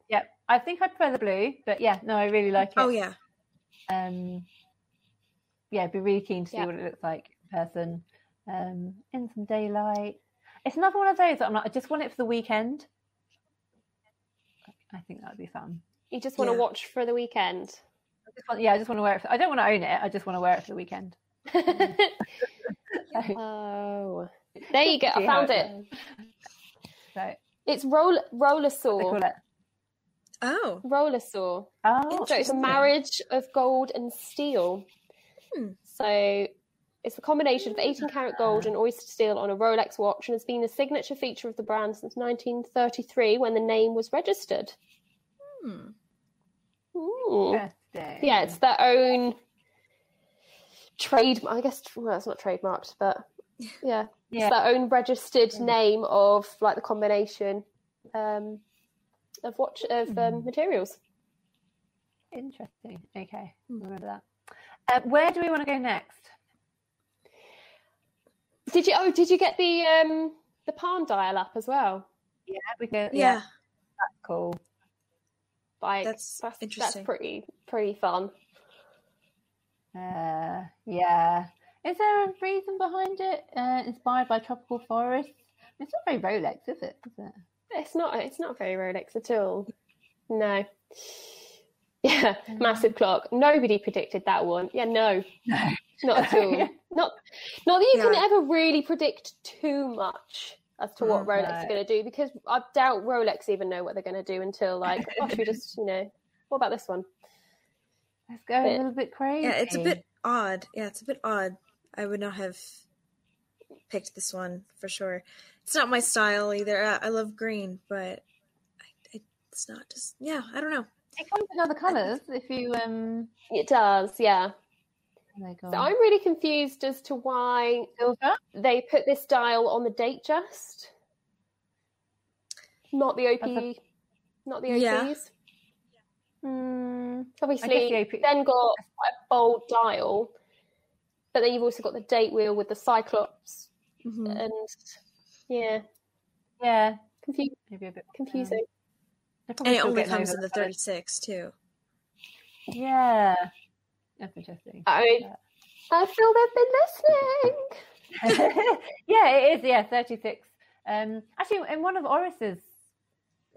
Speaker 1: yeah. I think I prefer the blue, but yeah, no, I really like it.
Speaker 2: Oh yeah.
Speaker 1: um yeah be really keen to see
Speaker 3: Yeah.
Speaker 1: what it looks like in person um in some daylight it's another one of those that i'm like i just want it for the weekend i think that would be fun
Speaker 3: You just want to
Speaker 2: Yeah.
Speaker 3: watch for the weekend.
Speaker 1: I just want, yeah i just want to wear it for, i don't want to own it i just want to wear it for the weekend
Speaker 2: Mm.
Speaker 1: so,
Speaker 3: oh, there you go. I
Speaker 1: See how
Speaker 3: found
Speaker 1: it
Speaker 3: it.
Speaker 1: so
Speaker 3: It's roll roller
Speaker 1: they
Speaker 3: saw.
Speaker 1: call it
Speaker 2: Oh,
Speaker 3: Roller saw.
Speaker 1: oh
Speaker 3: so it's a
Speaker 1: interesting.
Speaker 3: marriage of gold and steel.
Speaker 2: Hmm.
Speaker 3: So it's a combination of 18 karat gold and oyster steel on a Rolex watch, and has been a signature feature of the brand since 1933 when the name was registered.
Speaker 2: hmm.
Speaker 3: Ooh.
Speaker 1: Interesting.
Speaker 3: Yeah, it's their own trademark. I guess well, it's not trademarked, but yeah,
Speaker 1: Yeah.
Speaker 3: it's their own registered
Speaker 1: Mm.
Speaker 3: name of like the combination um, of watch of um,
Speaker 1: Mm.
Speaker 3: materials.
Speaker 1: interesting okay
Speaker 2: Hmm.
Speaker 1: remember that uh, where do we want to go next
Speaker 3: Did you? Oh, did you get the um the palm dial up as well?
Speaker 1: yeah we go yeah,
Speaker 2: yeah.
Speaker 1: cool
Speaker 3: Like
Speaker 2: That's
Speaker 3: That's
Speaker 2: interesting.
Speaker 3: pretty pretty fun.
Speaker 1: Uh, yeah. Is there a reason behind it? Uh, inspired by tropical forests? It's not very Rolex, is it? Is it?
Speaker 3: It's not it's not very Rolex at all. No. Yeah,
Speaker 1: Mm.
Speaker 3: massive clock. Nobody predicted that one. Yeah, no,
Speaker 1: No.
Speaker 3: not at all. not not that you can
Speaker 2: Yeah.
Speaker 3: ever really predict too much as to what
Speaker 2: Mm,
Speaker 3: Rolex are
Speaker 1: no.
Speaker 3: going to do because I doubt Rolex even know what they're going to do until like, oh, should we just you know, what about this one?
Speaker 1: Let's go a
Speaker 3: Bit.
Speaker 1: little bit crazy.
Speaker 2: Yeah, it's a bit odd. Yeah, it's a bit odd. I would not have picked this one for sure. It's not my style either. I, I love green, but I, I, it's not just. Yeah, I don't know.
Speaker 1: It comes in other colours if you um.
Speaker 3: It does, yeah.
Speaker 1: oh my God.
Speaker 3: So I'm really confused as to why
Speaker 1: silver.
Speaker 3: they put this dial on the date just not the op
Speaker 1: That's
Speaker 3: not the ops
Speaker 2: Yeah.
Speaker 1: Mm, I guess
Speaker 3: obviously
Speaker 1: the OP.
Speaker 3: then got quite a bold dial but then you've also got the date wheel with the cyclops
Speaker 2: Mhm.
Speaker 3: and yeah
Speaker 1: yeah,
Speaker 3: confu-
Speaker 1: maybe a bit
Speaker 3: confusing
Speaker 1: They're probably
Speaker 2: And it
Speaker 1: still
Speaker 2: only
Speaker 1: getting
Speaker 2: comes
Speaker 1: over
Speaker 2: in the
Speaker 1: colours.
Speaker 2: 36 too.
Speaker 1: Yeah, that's interesting.
Speaker 3: i mean i feel they've been listening
Speaker 1: yeah, it is. Yeah, thirty-six. Um, actually, in one of Oris's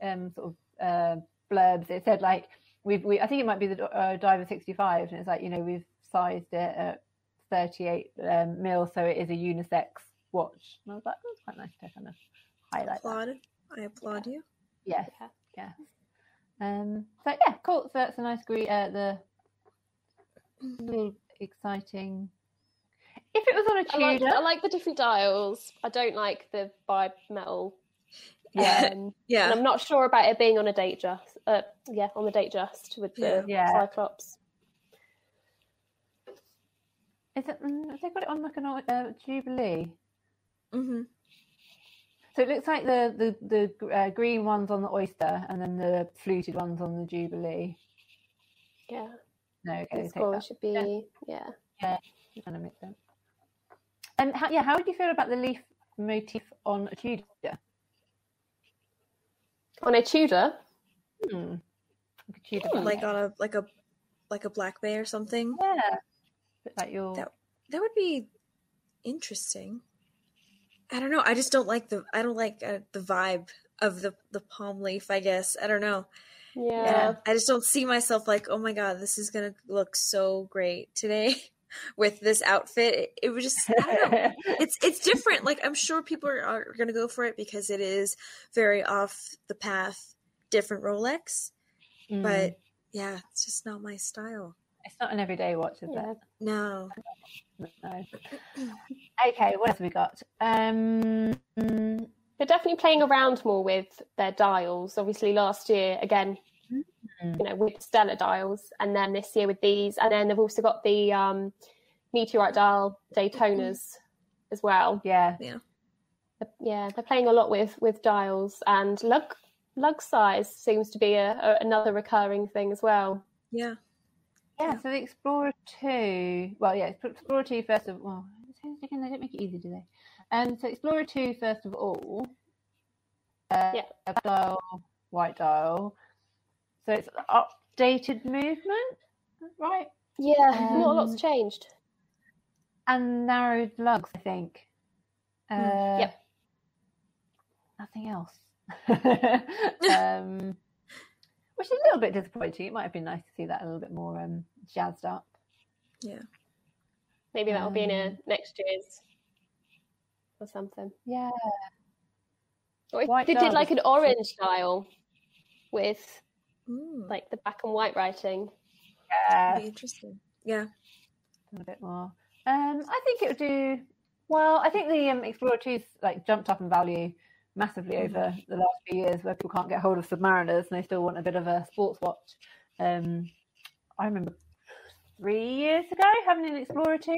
Speaker 1: um, sort of uh, blurbs it said like we've we I think it might be the uh, Diver 65 and it's like you know we've sized it at 38 um, mil so it is a unisex watch and I was like "Oh, that's quite nice to kind of highlight that.
Speaker 2: applaud. I applaud you.
Speaker 1: yes
Speaker 3: Yeah.
Speaker 1: yeah um so yeah cool so that's a nice gre uh, the
Speaker 3: Mm-hmm.
Speaker 1: little exciting if it was on a
Speaker 3: I
Speaker 1: Tudor
Speaker 3: like, I like the different dials. I don't like the bi metal.
Speaker 1: yeah
Speaker 3: Um, And
Speaker 2: Yeah.
Speaker 3: I'm not sure about it being on a date just. Uh, yeah, on the date just with the
Speaker 1: Yeah.
Speaker 3: Cyclops.
Speaker 1: is it mm, have they got it on like an uh, Jubilee
Speaker 2: hmm
Speaker 1: So it looks like the the the uh, green ones on the oyster, and then the fluted ones on the jubilee.
Speaker 3: Yeah.
Speaker 1: No, okay,
Speaker 3: The
Speaker 1: take
Speaker 3: score
Speaker 1: that.
Speaker 3: should be yeah.
Speaker 1: That kinda makes sense. And how, yeah, how would you feel about the leaf motif on a Tudor?
Speaker 3: On a Tudor.
Speaker 1: Hmm. Like a Tudor
Speaker 3: Hmm,
Speaker 2: Like on a like a like a black bay or something.
Speaker 1: yeah, Bit like your
Speaker 2: That- That would be interesting. I don't know. I just don't like the I don't like uh, the vibe of the the palm leaf. I guess I don't know.
Speaker 3: Yeah.
Speaker 1: Yeah.
Speaker 2: I just don't see myself like, oh my god, this is gonna look so great today with this outfit. It, it was just I don't know. it's it's different. Like I'm sure people are, are gonna go for it because it is very off the path, different Rolex.
Speaker 1: Hmm.
Speaker 2: But yeah, it's just not my style.
Speaker 1: it's not an everyday watch, is
Speaker 3: Yeah.
Speaker 1: it?
Speaker 2: No.
Speaker 1: No. okay, what else have we got? Um, mm,
Speaker 3: They're definitely playing around more with their dials. Obviously, last year, again, you know, with Stellar dials, and then this year with these. And then they've also got the um, meteorite dial Daytonas as well.
Speaker 1: yeah,
Speaker 3: Yeah, they're playing a lot with with dials and lug lug size seems to be a, a, another recurring thing as well.
Speaker 2: Yeah.
Speaker 1: Yeah, so the Explorer 2, well, yeah, Explorer 2 first of all. Again, they don't make it easy, do they? Um, so Explorer 2 first of all. Uh,
Speaker 3: Yeah.
Speaker 1: black Dial, white dial. So it's updated movement, right?
Speaker 3: Yeah, not a
Speaker 1: Um,
Speaker 3: lot's changed.
Speaker 1: And narrowed lugs, I think. Uh,
Speaker 3: Hmm, Yep.
Speaker 1: Nothing else. um, which is a little bit disappointing. It might have been nice to see that a little bit more um, jazzed up.
Speaker 3: Maybe that'll be in a
Speaker 1: um,
Speaker 3: next year's or something.
Speaker 1: Yeah.
Speaker 3: Or if
Speaker 1: White
Speaker 3: they
Speaker 1: dial
Speaker 3: did like
Speaker 1: is-
Speaker 3: an orange dial with
Speaker 2: Mm,
Speaker 3: like the black and white writing.
Speaker 1: Yeah.
Speaker 2: that'd be interesting. Yeah.
Speaker 1: a bit more. Um, I think it would do well. I think the um, Explorer 2's like jumped up in value massively
Speaker 2: Mhm.
Speaker 1: over the last few years, where people can't get hold of Submariners and they still want a bit of a sports watch. Um, I remember three years ago having an Explorer 2,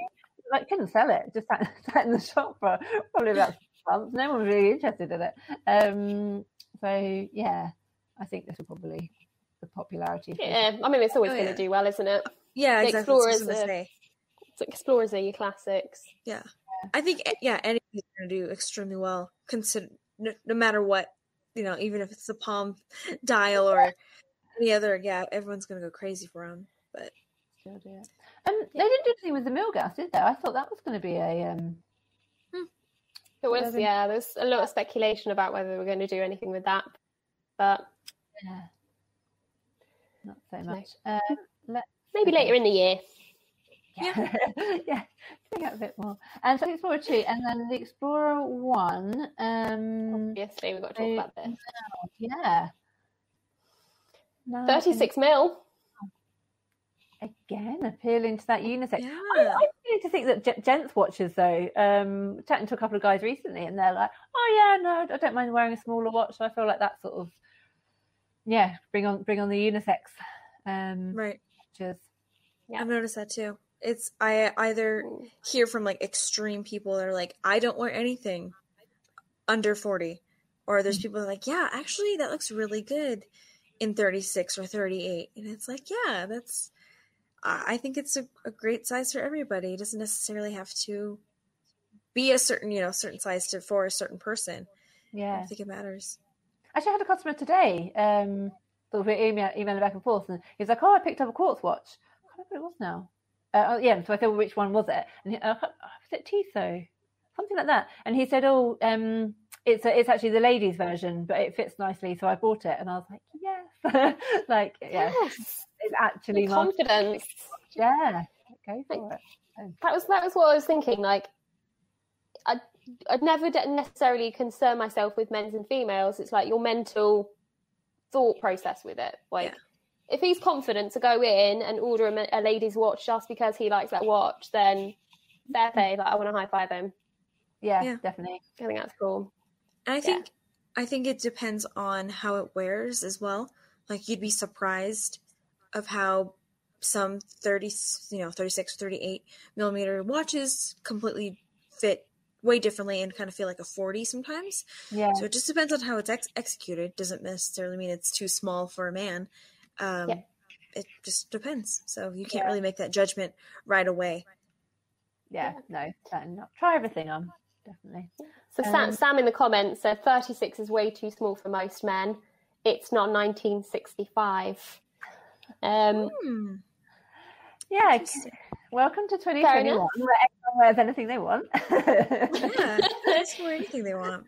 Speaker 1: like couldn't sell it, just sat, sat in the shop for probably about six months. No one was really interested in it. Um, so yeah, I think this will probably the popularity. for
Speaker 3: Yeah, I mean it's always
Speaker 2: Oh,
Speaker 3: going to
Speaker 2: yeah.
Speaker 3: do well, isn't it?
Speaker 2: Yeah,
Speaker 3: The
Speaker 2: exactly. That's what I was
Speaker 3: Explorer's
Speaker 2: gonna
Speaker 3: a-
Speaker 2: say.
Speaker 3: It's like Explorers are your classics.
Speaker 2: I think eh, yeah, anything's gonna do extremely well. Consider no, no matter what, you know, even if it's the palm dial or any other. Yeah, everyone's gonna go crazy for them.
Speaker 1: Still do it. Um, They didn't do anything with the mill gas, did they? I thought that was going to be a. Um,
Speaker 3: There was,
Speaker 1: Eleven.
Speaker 3: yeah, there was a lot of speculation about whether we were going to do anything with that, but
Speaker 1: yeah. Not so
Speaker 3: No.
Speaker 1: much. Um,
Speaker 3: maybe later in the year.
Speaker 1: yeah. yeah. Bring out a bit more. And so Explorer 2, and then the Explorer 1. Um,
Speaker 3: Obviously, we've got to
Speaker 1: I-
Speaker 3: Oh, talk about this.
Speaker 1: yeah. Now I can-
Speaker 3: Thirty-six mil.
Speaker 1: Again, appealing to that unisex. I,
Speaker 2: Yeah.
Speaker 1: I really to think that ge- gents watches though. Um, chatting to a couple of guys recently, and they're like, "Oh yeah, no, I don't mind wearing a smaller watch." So I feel like that sort of, yeah, bring on bring on the unisex um,
Speaker 2: Right.
Speaker 1: watches.
Speaker 3: Yeah.
Speaker 2: I've noticed that too. It's I either
Speaker 3: Mm.
Speaker 2: hear from like extreme people that are like, I don't wear anything under forty, or there's people that are like, yeah, actually that looks really good in thirty six or thirty eight, and it's like, yeah, that's. I I think it's a, a great size for everybody. It doesn't necessarily have to be a certain, you know, certain size to for a certain person. I
Speaker 1: Yeah,
Speaker 2: don't think it matters.
Speaker 1: actually, I had a customer today. Um, that we were email, emailing back and forth, and he's like, "Oh, I picked up a quartz watch. I can't remember what it was now." Uh, oh, yeah, so I said, well, "Which one was it?" And he, uh, was it Tissot? Something like that. And he said, "Oh, um, it's a, it's actually the ladies' version, but it fits nicely, so I bought it, and I was like, yes, like yeah,
Speaker 3: Yes.
Speaker 1: it's actually my
Speaker 3: Confidence.
Speaker 1: yeah. Go for it.
Speaker 3: That was that was what I was thinking. Like, I I'd never de- necessarily concern myself with men's and females. It's like your mental thought process with it. Like,
Speaker 2: Yeah.
Speaker 3: if he's confident to go in and order a, ma- a lady's watch just because he likes that watch, then fair play. Like, I want to high five him.
Speaker 1: Yeah,
Speaker 2: Yeah.
Speaker 1: definitely.
Speaker 3: I think that's cool.
Speaker 2: And I think I think it depends on how it wears as well. Like you'd be surprised of how some 30 you know 36 38 millimeter watches completely fit way differently and kind of feel like a 40 sometimes
Speaker 1: Yeah,
Speaker 2: so it just depends on how it's ex- executed doesn't necessarily mean it's too small for a man um
Speaker 3: Yeah.
Speaker 2: it just depends so you can't
Speaker 1: Yeah.
Speaker 2: really make that judgment right away
Speaker 1: yeah. No, that not try everything on. Definitely.
Speaker 3: So Sam,
Speaker 1: Um,
Speaker 3: Sam in the comments said 36 is way too small for most men. It's not 1965. Um,
Speaker 2: Hmm.
Speaker 1: Yeah.
Speaker 2: Interesting.
Speaker 1: Welcome to 2021, where everyone wears anything they want.
Speaker 2: Yeah, they can wear anything they want.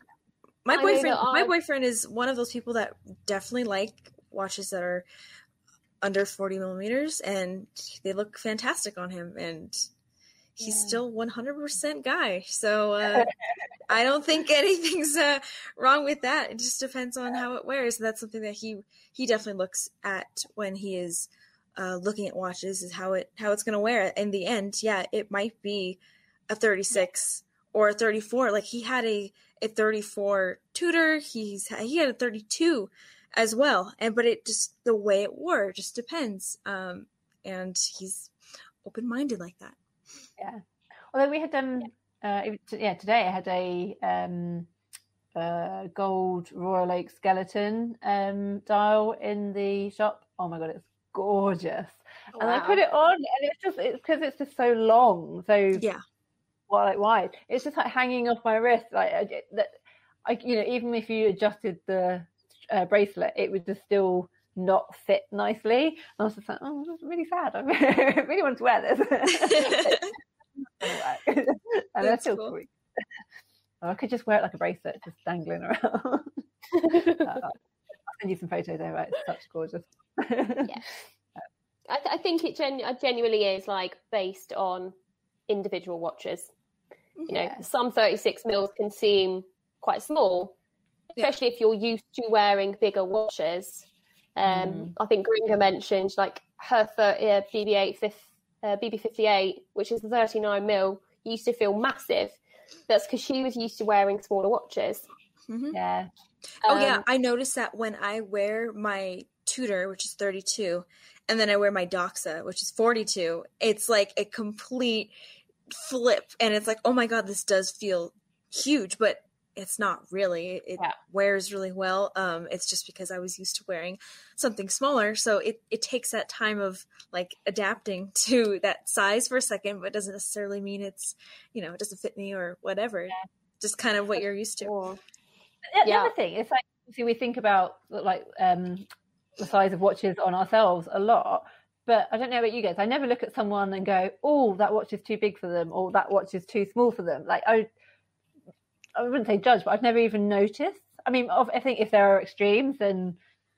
Speaker 2: My
Speaker 3: I know that
Speaker 2: boyfriend, my
Speaker 3: I-
Speaker 2: boyfriend is one of those people that definitely like watches that are under forty millimeters, and they look fantastic on him. And he's
Speaker 1: Yeah.
Speaker 2: still one hundred percent guy. So uh, I don't think anything's uh, wrong with that. It just depends on how it wears. That's something that he he definitely looks at when he is uh, looking at watches is how it how it's going to wear in the end. Yeah, it might be a 36 or a 34. Like he had a a 34 Tudor. He's he had a 32 as well. And but it just the way it wore just depends. Um, and he's open minded like that.
Speaker 1: Although we had um uh, it, was- yeah today I had a um uh gold Royal Oak skeleton um dial in the shop. Oh my god, it's gorgeous. And I put it on and it's just it's because it's just so long, so
Speaker 2: Yeah.
Speaker 1: well, like wide. It's just like hanging off my wrist. Like I, it- that, I you know, even if you adjusted the uh, bracelet, it would just still not fit nicely. And I was just like, oh, this is really sad. I really want to wear this. and
Speaker 2: That's
Speaker 1: that's still
Speaker 2: cool.
Speaker 1: cool. Or I could just wear it like a bracelet, just dangling around. I'll send you some photos over. It's such gorgeous.
Speaker 3: Yeah. I, th- I think it genu- uh, genuinely is like based on individual watches. You know,
Speaker 1: Yeah.
Speaker 3: some 36 mils can seem quite small,
Speaker 2: Yeah.
Speaker 3: especially if you're used to wearing bigger watches. Um,
Speaker 1: Mm.
Speaker 2: Mm-hmm.
Speaker 3: I think Gringa mentioned like her thir- uh, BB8, fif- uh, BB58, which is the 39 mil, used to feel massive. That's because she was used to wearing smaller watches.
Speaker 2: Mhm.
Speaker 1: Yeah.
Speaker 2: oh yeah,
Speaker 3: Um,
Speaker 2: I noticed that when I wear my Tudor, which is 32, and then I wear my Doxa, which is 42, it's like a complete flip and it's like, "Oh my god, this does feel huge," but it's not really. It
Speaker 3: Yeah.
Speaker 2: wears really well. Um it's just because I was used to wearing something smaller, so it it takes that time of like adapting to that size for a second, but doesn't necessarily mean it's, you know, it doesn't fit me or whatever. Just kind of what you're used to.
Speaker 3: or-
Speaker 1: Yeah,
Speaker 3: Yeah.
Speaker 1: The other thing is like obviously we think about like um the size of watches on ourselves a lot, but I don't know about you guys. I never look at someone and go, "Oh, that watch is too big for them," or "That watch is too small for them." Like I, I wouldn't say judge, but I've never even noticed. I mean, of- I think if there are extremes, then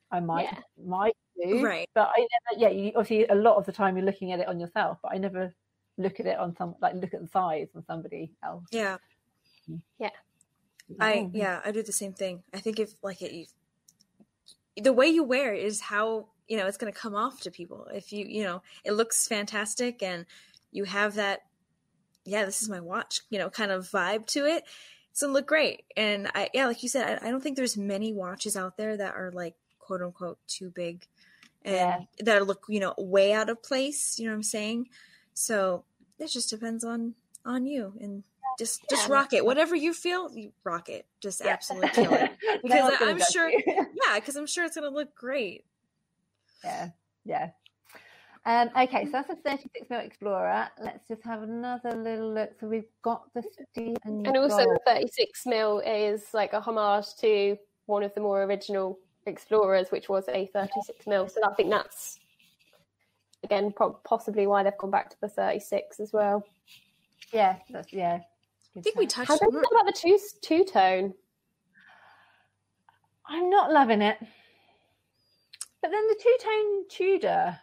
Speaker 1: I might
Speaker 3: Yeah.
Speaker 1: might do.
Speaker 2: Right.
Speaker 1: But I never, yeah, you, obviously a lot of the time you're looking at it on yourself, but I never look at it on some like look at the size on somebody else.
Speaker 2: Yeah.
Speaker 1: Oh.
Speaker 2: I yeah, I do the same thing. I think if like it, you, the way you wear it is how you know it's going to come off to people. If you you know it looks fantastic and you have that, yeah, this is my watch, you know, kind of vibe to it. It's gonna look great. And I yeah, like you said, I, I don't think there's many watches out there that are like quote unquote too big and
Speaker 1: Yeah.
Speaker 2: that look you know way out of place. You know what I'm saying? So it just depends on on you and just just
Speaker 3: Yeah.
Speaker 2: rock it whatever you feel you rock it just absolutely kill it
Speaker 1: No one's
Speaker 2: I-
Speaker 1: gonna
Speaker 2: I'm
Speaker 1: judge
Speaker 2: sure-
Speaker 1: you.
Speaker 2: yeah because i'm sure it's gonna look great
Speaker 1: Yeah, yeah. Um, okay, so that's a 36 mil Explorer. Let's just have another little look. So we've got the steel and,
Speaker 3: And also,
Speaker 1: gold.
Speaker 3: the 36 mil is like a homage to one of the more original explorers, which was a 36 mil. So I think that's again pro- possibly why they've gone back to the 36 as well.
Speaker 1: yeah, that's yeah.
Speaker 2: i think we touched
Speaker 3: How do you feel about the two two tone?
Speaker 1: I'm not loving it. But then the two tone Tudor,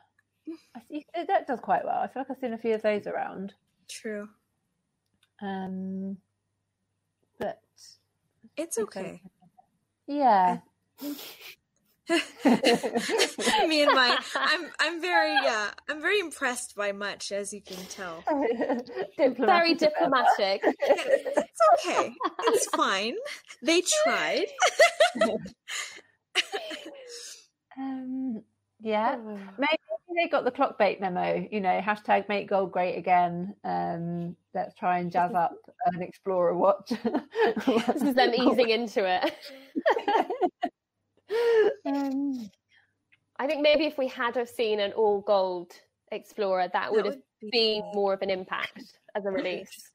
Speaker 1: I see, that does quite well. I feel like I've seen a few of those around.
Speaker 2: True.
Speaker 1: Um, but
Speaker 2: It's okay.
Speaker 1: yeah,
Speaker 2: Me and my I'm I'm very yeah, I'm very impressed by much as you can tell.
Speaker 3: Very
Speaker 1: very
Speaker 3: diplomatic.
Speaker 2: It's okay. It's fine. They tried.
Speaker 1: Um, yeah, maybe they got the clock bait memo. You know, hashtag make gold great again. Um, let's try and jazz up an explorer watch.
Speaker 3: this is them easing into it.
Speaker 1: um,
Speaker 3: I think maybe if we had have seen an all gold explorer, that would have been more of an impact as a release.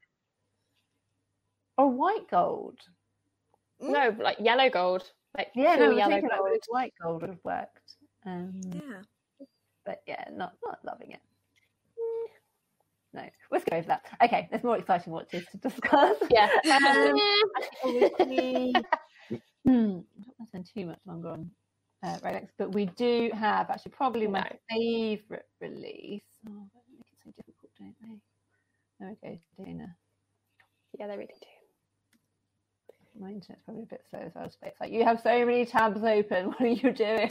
Speaker 1: or white gold.
Speaker 2: Mm.
Speaker 3: No, like yellow gold, like
Speaker 1: Yeah,
Speaker 3: pure
Speaker 1: no, I'm
Speaker 3: yellow
Speaker 1: thinking like
Speaker 3: gold.
Speaker 1: with white gold would have worked. Um,
Speaker 2: Yeah.
Speaker 1: But yeah, not not loving it. No, let's go over that. Okay, there's more exciting watches to discuss.
Speaker 3: Yeah.
Speaker 1: Um,
Speaker 3: Yeah.
Speaker 1: Hmm, I don't want to spend too much longer on uh, Rolex, but we do have actually probably my
Speaker 3: No.
Speaker 1: favourite release. Oh, they make it so difficult, don't they? There we go, Dana.
Speaker 3: yeah, they really do.
Speaker 1: My internet's probably a bit slow as well. so It's like you have so many tabs open. What are you doing?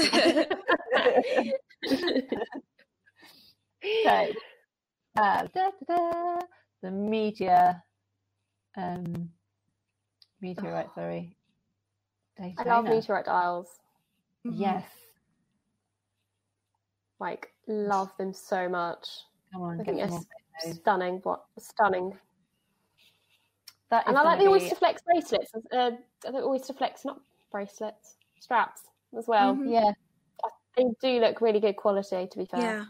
Speaker 1: so, uh, da, da, da, the media, um, meteorite. Sorry,
Speaker 3: I love
Speaker 1: Daytona.
Speaker 3: meteorite dials.
Speaker 1: Yes,
Speaker 3: Like, love them so much.
Speaker 1: come on,
Speaker 3: I
Speaker 1: get
Speaker 3: think
Speaker 1: some
Speaker 3: it's
Speaker 1: more. photos.
Speaker 3: stunning. What stunning.
Speaker 1: That is
Speaker 3: And I like
Speaker 1: gonna
Speaker 3: the
Speaker 1: be-
Speaker 3: oyster flex bracelets. Uh, the oyster flex, not bracelets, straps as well.
Speaker 2: Mhm.
Speaker 1: Yeah,
Speaker 3: They do look really good quality, to be fair.
Speaker 2: Yeah.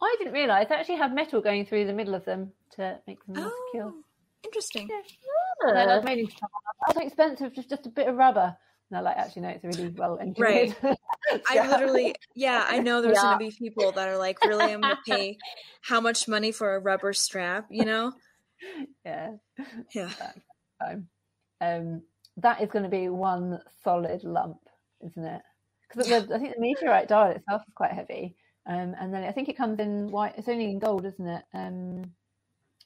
Speaker 1: I didn't realise they actually have metal going through the middle of them to make them more secure.
Speaker 2: Oh interesting.
Speaker 1: So I
Speaker 3: Ah,
Speaker 1: was meaning to tell my mum, "Oh, so expensive, just just a bit of rubber. And I like actually no, it's really well engineered.
Speaker 2: I
Speaker 1: Yeah.
Speaker 2: literally, yeah, I know there's
Speaker 3: Yeah.
Speaker 2: going to be people that are like, really, I'm going to pay how much money for a rubber strap, you know?
Speaker 1: yeah.
Speaker 2: Yeah.
Speaker 1: time. Um, that is going to be one solid lump, isn't it? Because I think the meteorite dial itself is quite heavy, um, and then I think it comes in white. It's only in gold, isn't it? Um,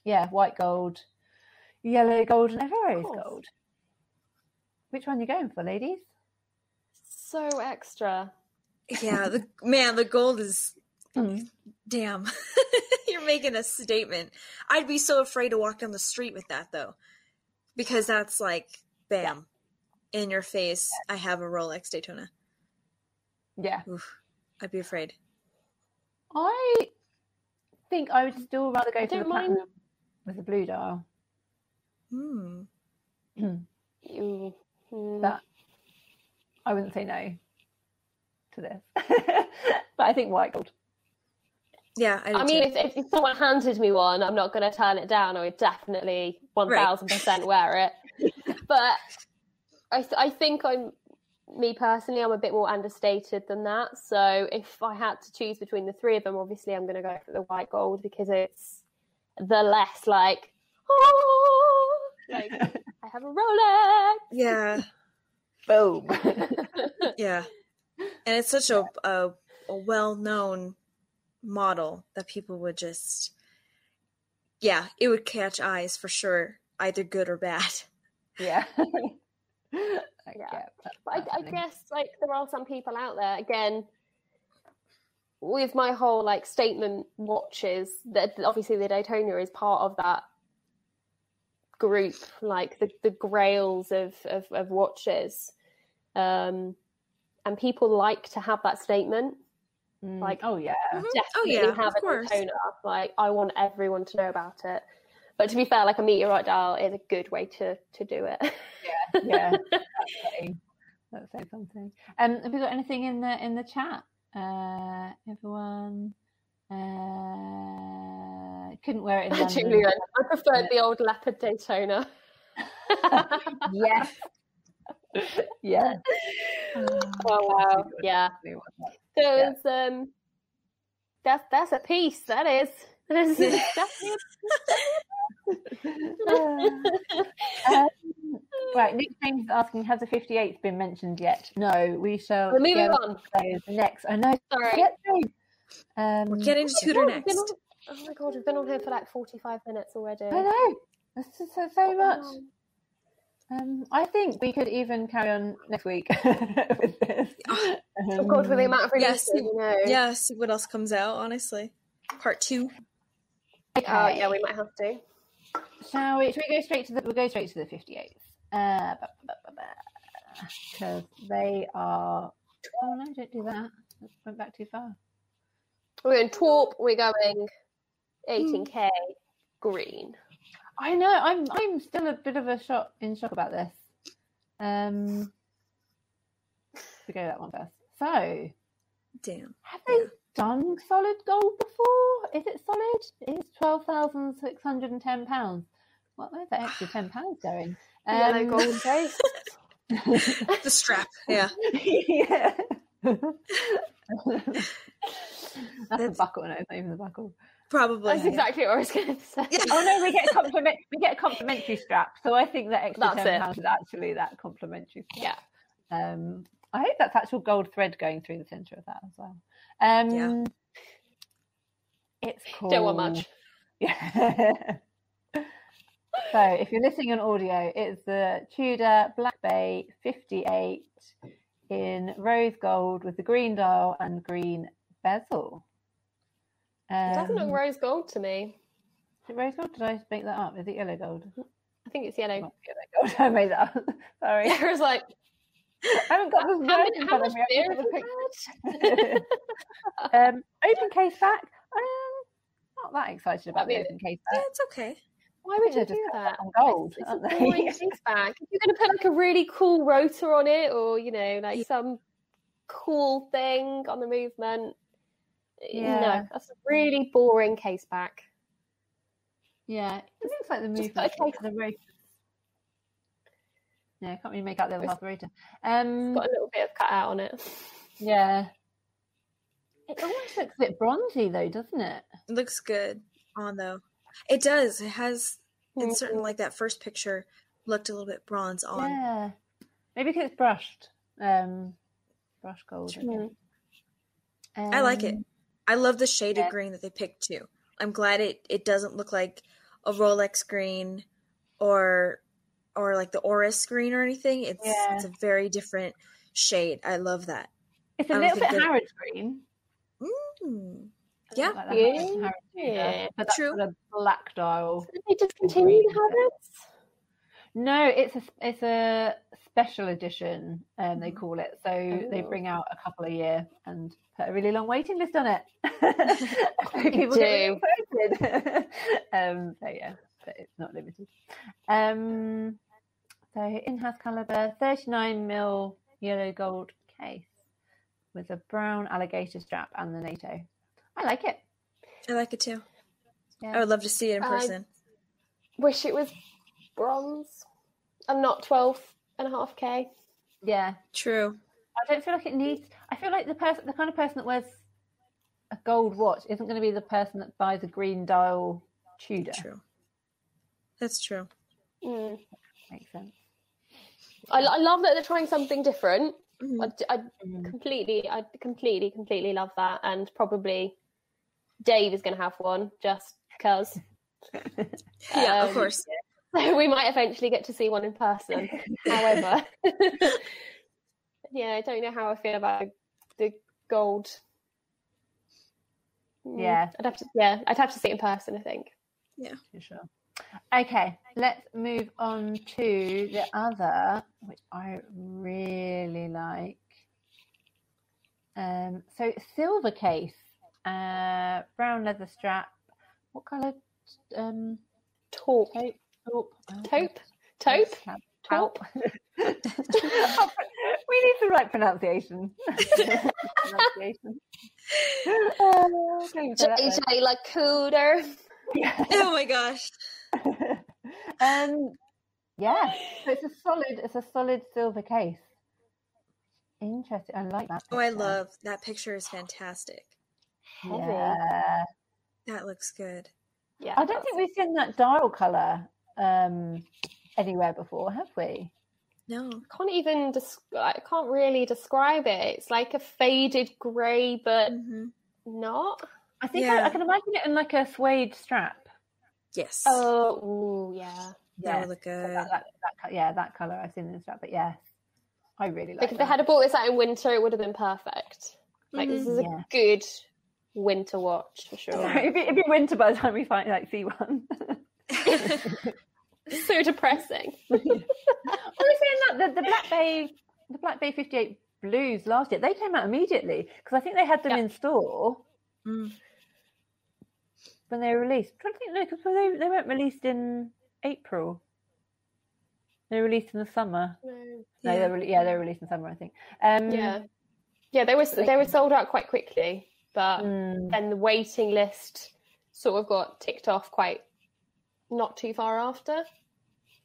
Speaker 1: yeah, white gold, yellow gold, and everose
Speaker 3: course.
Speaker 1: gold. Which one you going for, ladies?
Speaker 3: so extra.
Speaker 2: Yeah. The man, the gold is
Speaker 3: Hmm.
Speaker 2: damn. You're making a statement. I'd be so afraid to walk down the street with that though, because that's like, bam, in your face. I have a Rolex Daytona.
Speaker 1: Yeah,
Speaker 2: Oof, I'd be afraid.
Speaker 1: I think I would still rather go for the
Speaker 3: don't mind-
Speaker 1: platinum with the blue dial.
Speaker 2: Hmm.
Speaker 3: Ooh. Mm.
Speaker 1: That- I wouldn't say no to this, but I think white gold.
Speaker 2: Yeah. I, do
Speaker 3: I
Speaker 2: too.
Speaker 3: mean, if, if someone handed me one, I'm not going to turn it down. I would definitely 1000% wear it. But I, th- I think I'm, me personally, I'm a bit more understated than that. So if I had to choose between the three of them, obviously I'm going to go for the white gold because it's the less like, oh, like I have a Rolex.
Speaker 2: yeah.
Speaker 1: Boom.
Speaker 2: Yeah. And it's such a a, a well known model that people would just yeah, it would catch eyes for sure, either good or bad.
Speaker 1: yeah. yeah.
Speaker 3: But I, I guess like there are some people out there again with my whole like statement watches that obviously the Daytona is part of that group, like the, the grails of, of, of watches. Um, and people like to have that statement. like-
Speaker 1: oh yeah,
Speaker 2: Mhm. Mm, Oh
Speaker 3: Definitely
Speaker 2: yeah,
Speaker 3: have
Speaker 2: of
Speaker 3: a
Speaker 2: course.
Speaker 3: Daytona. Like I want everyone to know about it. But to be fair, like a meteorite dial is a good way to to do it.
Speaker 1: yeah. That's saying, that's saying something. Um, have you got anything in the in the chat, uh, everyone? Uh, couldn't wear it in London.
Speaker 3: Julian, I preferred the old leopard Daytona.
Speaker 1: Yes. yes.
Speaker 3: Oh wow, yeah. So
Speaker 1: Yeah.
Speaker 3: it's um, that's that's a piece. That is. That is definitely
Speaker 1: Uh, um, right, nicknames that asking, has the 58th been mentioned yet? No, we shall.
Speaker 3: We're moving
Speaker 1: yeah,
Speaker 3: on.
Speaker 1: that is next. I know.
Speaker 3: Sorry.
Speaker 1: Get through. Um,
Speaker 2: We're getting to Tudor
Speaker 3: Oh, we've been
Speaker 2: next.
Speaker 3: on- Oh my god, we've been on here for like 45 minutes already.
Speaker 1: I know. This is so, so much.
Speaker 3: Um,
Speaker 1: Um, I think we could even carry on next week with this.
Speaker 2: Oh,
Speaker 3: Oh god, with the
Speaker 1: Um,
Speaker 3: amount of
Speaker 2: Yes.
Speaker 3: releases, you know.
Speaker 2: Yeah, see what else comes out, honestly. Part two.
Speaker 3: Oh
Speaker 1: Um, okay.
Speaker 3: yeah, we might have to.
Speaker 1: Shall we? Should we go straight to the? We'll go straight to the Uh, fifty-eighth. Because they are. Oh no! Don't do that. That went back too far.
Speaker 3: We're in Torp. We're going 18k green.
Speaker 1: I know. I'm. I'm still a bit of a shock in shock about this. Um. We go that one first. So, have
Speaker 2: Damn.
Speaker 1: they done solid gold before? Is it solid? It's twelve thousand six hundred and ten pounds. What? Where's that extra ten pounds going?
Speaker 3: Yellow
Speaker 1: Um,
Speaker 3: golden face.
Speaker 2: The strap. Yeah.
Speaker 1: yeah. That's a
Speaker 2: That's-
Speaker 1: buckle, no, it's not even the buckle.
Speaker 2: Probably.
Speaker 3: That's exactly what I was going to say.
Speaker 2: Yeah.
Speaker 1: Oh no, we get compliment we get a complimentary strap. So I think that extra
Speaker 3: That's
Speaker 1: ten
Speaker 3: it.
Speaker 1: pounds is actually that complimentary
Speaker 3: Yeah.
Speaker 1: strap. Um I hope that's actual gold thread going through the centre of that as well. Um
Speaker 2: Yeah.
Speaker 1: it's called
Speaker 3: Don't want much.
Speaker 1: Yeah. so if you're listening on audio, it's the Tudor Black Bay 58 in rose gold with the green dial and green bezel.
Speaker 3: It doesn't look
Speaker 1: Um,
Speaker 3: rose gold to me.
Speaker 1: is it rose gold? Did I make that up? Is it yellow gold?
Speaker 3: I think it's yellow.
Speaker 1: Not yellow gold. I made that up. Sorry. I
Speaker 3: There is like
Speaker 1: haven't got this
Speaker 3: how,
Speaker 1: word
Speaker 3: much,
Speaker 1: in
Speaker 3: how
Speaker 1: front
Speaker 3: much
Speaker 1: of me. I've
Speaker 3: beer
Speaker 1: got
Speaker 3: have
Speaker 1: the
Speaker 3: we had?
Speaker 1: picture. um, open case back. Um, not that excited about the
Speaker 3: That'd be-
Speaker 1: open case
Speaker 2: yeah,
Speaker 1: back.
Speaker 2: it's okay.
Speaker 3: Why would you
Speaker 1: They're just
Speaker 3: do that?
Speaker 1: on gold,
Speaker 3: It's,
Speaker 1: aren't
Speaker 3: it's a
Speaker 1: they?
Speaker 3: boring face back. If you're going to put like a really cool rotor on it, or you know, like
Speaker 2: Yeah.
Speaker 3: some cool thing on the movement, eh,
Speaker 1: Yeah.
Speaker 3: no, that's a really boring case back.
Speaker 1: Yeah, it looks like the
Speaker 3: Just
Speaker 1: movement
Speaker 3: put a
Speaker 1: of the rotor. Yeah, I can't really make out the other half of the rotor. Um,
Speaker 3: Got a little bit of cut out on it.
Speaker 1: yeah. It almost looks a bit bronzy though, doesn't it?
Speaker 2: It looks good on though. It does. It has in certain like that first picture looked a little bit bronze on.
Speaker 1: Yeah. Maybe because it's brushed. Um, brush gold. I
Speaker 3: Mm.
Speaker 1: guess. Um,
Speaker 2: I like it. I love the shade
Speaker 1: Yeah.
Speaker 2: of green that they picked too. I'm glad it it doesn't look like a Rolex green or or like the Oris green or anything. It's
Speaker 1: Yeah.
Speaker 2: it's a very different shade. I love that.
Speaker 1: It's a
Speaker 2: I
Speaker 1: little
Speaker 2: don't
Speaker 1: bit
Speaker 2: think that-
Speaker 1: Harrods green.
Speaker 2: Mm.
Speaker 1: I
Speaker 2: Yeah.
Speaker 1: don't like that
Speaker 3: Yeah.
Speaker 1: Harrods- Harrods green,
Speaker 3: Yeah.
Speaker 1: But that's
Speaker 2: True.
Speaker 1: got a black dial.
Speaker 3: Did they discontinue
Speaker 1: Green,
Speaker 3: the habits?
Speaker 1: No, it's a it's a special edition, um, they call it. So they
Speaker 3: Oh.
Speaker 1: bring out a couple a year and put a really long waiting list on it. So people get really excited. um, so yeah, but it's not limited. Um, so in-house caliber, thirty-nine mil yellow gold case with a brown alligator strap and the NATO. I like it.
Speaker 2: I like it too.
Speaker 1: Yeah.
Speaker 2: I would love to see it in
Speaker 3: I-
Speaker 2: person.
Speaker 3: Wish it was bronze and not 12 and a half K.
Speaker 1: Yeah,
Speaker 2: True.
Speaker 1: I don't feel like it needs. I feel like the person, the kind of person that wears a gold watch, isn't going to be the person that buys a green dial Tudor.
Speaker 2: True. That's true.
Speaker 3: Mm.
Speaker 1: Makes sense.
Speaker 3: I, I love that they're trying something different.
Speaker 2: Mhm.
Speaker 3: I, I completely, I completely, completely love that. And probably Dave is going to have one just because.
Speaker 2: Yeah, of
Speaker 3: Um,
Speaker 2: course.
Speaker 3: So we might eventually get to see one in person. However, yeah, I don't know how I feel about the gold. Mm,
Speaker 1: Yeah.
Speaker 3: I'd have to. Yeah, I'd have to see it in person. I think.
Speaker 1: For sure. Okay, let's move on to the other, which I really like. Um, so silver case, uh, brown leather strap. What colour? Um,
Speaker 3: Taupe,
Speaker 1: taupe. Taupe.
Speaker 3: taupe, taupe,
Speaker 1: Help.
Speaker 3: taupe.
Speaker 1: we need the right pronunciation. pronunciation. Oh, thank you for that,
Speaker 3: JJ like cooler.
Speaker 1: though. Yeah.
Speaker 2: Oh my gosh.
Speaker 1: um, yeah. So it's a solid. It's a solid silver case. Interesting. I like that.
Speaker 2: Oh, I
Speaker 1: picture.
Speaker 2: love that picture is fantastic.
Speaker 3: Heavy.
Speaker 1: Yeah.
Speaker 2: That looks good.
Speaker 3: Yeah,
Speaker 1: I don't think we've seen that dial color um, anywhere before, have we?
Speaker 2: No.
Speaker 3: can't even des- I can't really describe it. It's like a faded grey, but
Speaker 2: hmm
Speaker 3: not.
Speaker 1: I think
Speaker 2: Yeah.
Speaker 1: I, I can imagine it in like a suede strap.
Speaker 2: Yes.
Speaker 3: Oh, ooh, yeah.
Speaker 2: that would look
Speaker 1: That,
Speaker 2: good.
Speaker 1: that, that co- yeah, that color I've seen in the strap, but yes, I really like.
Speaker 3: Like if they
Speaker 1: that.
Speaker 3: had bought this out in winter, it would have been perfect. Like this
Speaker 2: Mhm.
Speaker 3: is a
Speaker 1: Yeah.
Speaker 3: good winter watch for sure.
Speaker 1: it'd, be, it'd be winter by the time we find like see one.
Speaker 2: Mm-hmm.
Speaker 3: so depressing.
Speaker 1: Honestly, and that the, the Black Bay, the Black Bay Fifty Eight Blues last year, they came out immediately because I think they had them
Speaker 3: Yeah.
Speaker 1: in store
Speaker 2: Mm.
Speaker 1: when they were released. i trying to think, no, 'cause they they weren't released in April. They were released in the summer. No,
Speaker 2: Yeah.
Speaker 1: they're rele yeah, they're released in summer, I think. Um,
Speaker 3: Yeah, yeah. They were they were sold out quite quickly, but
Speaker 1: mm,
Speaker 3: then the waiting list sort of got ticked off quite not too far after.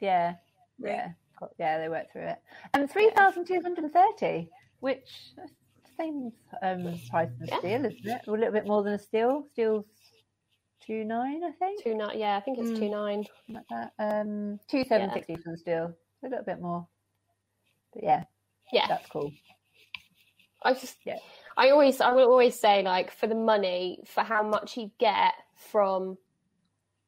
Speaker 1: yeah,
Speaker 2: Right.
Speaker 1: yeah, co- yeah. They worked through it. And three thousand two hundred thirty, which that's the same um, price as
Speaker 3: Yeah.
Speaker 1: steel, isn't it? A little bit more than a steel. Steel's two nine, I think.
Speaker 3: Two nine. Yeah, I think it's
Speaker 2: Mm.
Speaker 3: two nine.
Speaker 1: like that. Um, two seven sixty for the steel, a little bit more. But yeah,
Speaker 3: Yeah,
Speaker 1: that's cool.
Speaker 3: I just,
Speaker 1: Yeah.
Speaker 3: I always, I will always say, like, for the money, for how much you get from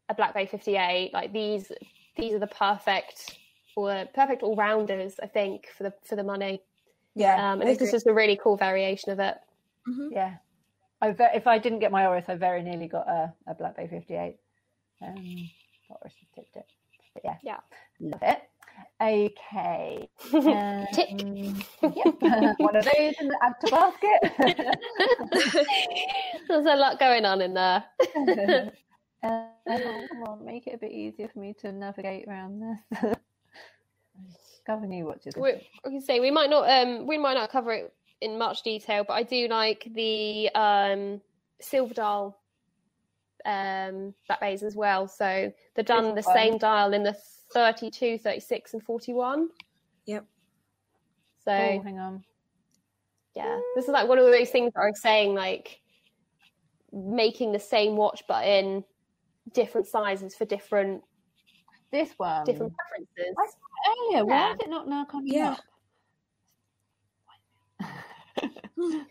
Speaker 3: a Black Bay 58, like these, these are the perfect or perfect all rounders, I think, for the for the money.
Speaker 1: Yeah,
Speaker 3: Um,
Speaker 2: I
Speaker 3: and this
Speaker 2: agree.
Speaker 3: is just a really cool variation of it.
Speaker 2: Mhm.
Speaker 1: yeah. I ve- if I didn't get my Oris, I very nearly got a, a Black Bay fifty eight. Um, Oris tipped it, but yeah,
Speaker 3: Yeah.
Speaker 1: love it. Okay, um,
Speaker 3: Tick.
Speaker 1: yep. one of those in the add to basket.
Speaker 3: There's a lot going on in there.
Speaker 1: Uh, come on, make it a bit easier for me to navigate around this. Discover new watches.
Speaker 3: we, we can say we might not um we might not cover it in much detail, but I do like the um silver dial um back bays as well. So they've done the
Speaker 1: This one.
Speaker 3: same dial in the 32, 36 and 41.
Speaker 2: Yep.
Speaker 3: So
Speaker 1: Oh, hang on.
Speaker 3: yeah. This is like one of those things that I was saying like making the same watch but in different sizes for different
Speaker 1: This one.
Speaker 3: different preferences.
Speaker 1: Um, I saw it earlier. Why
Speaker 3: Yeah.
Speaker 1: is it not now coming
Speaker 2: Yeah.
Speaker 1: up?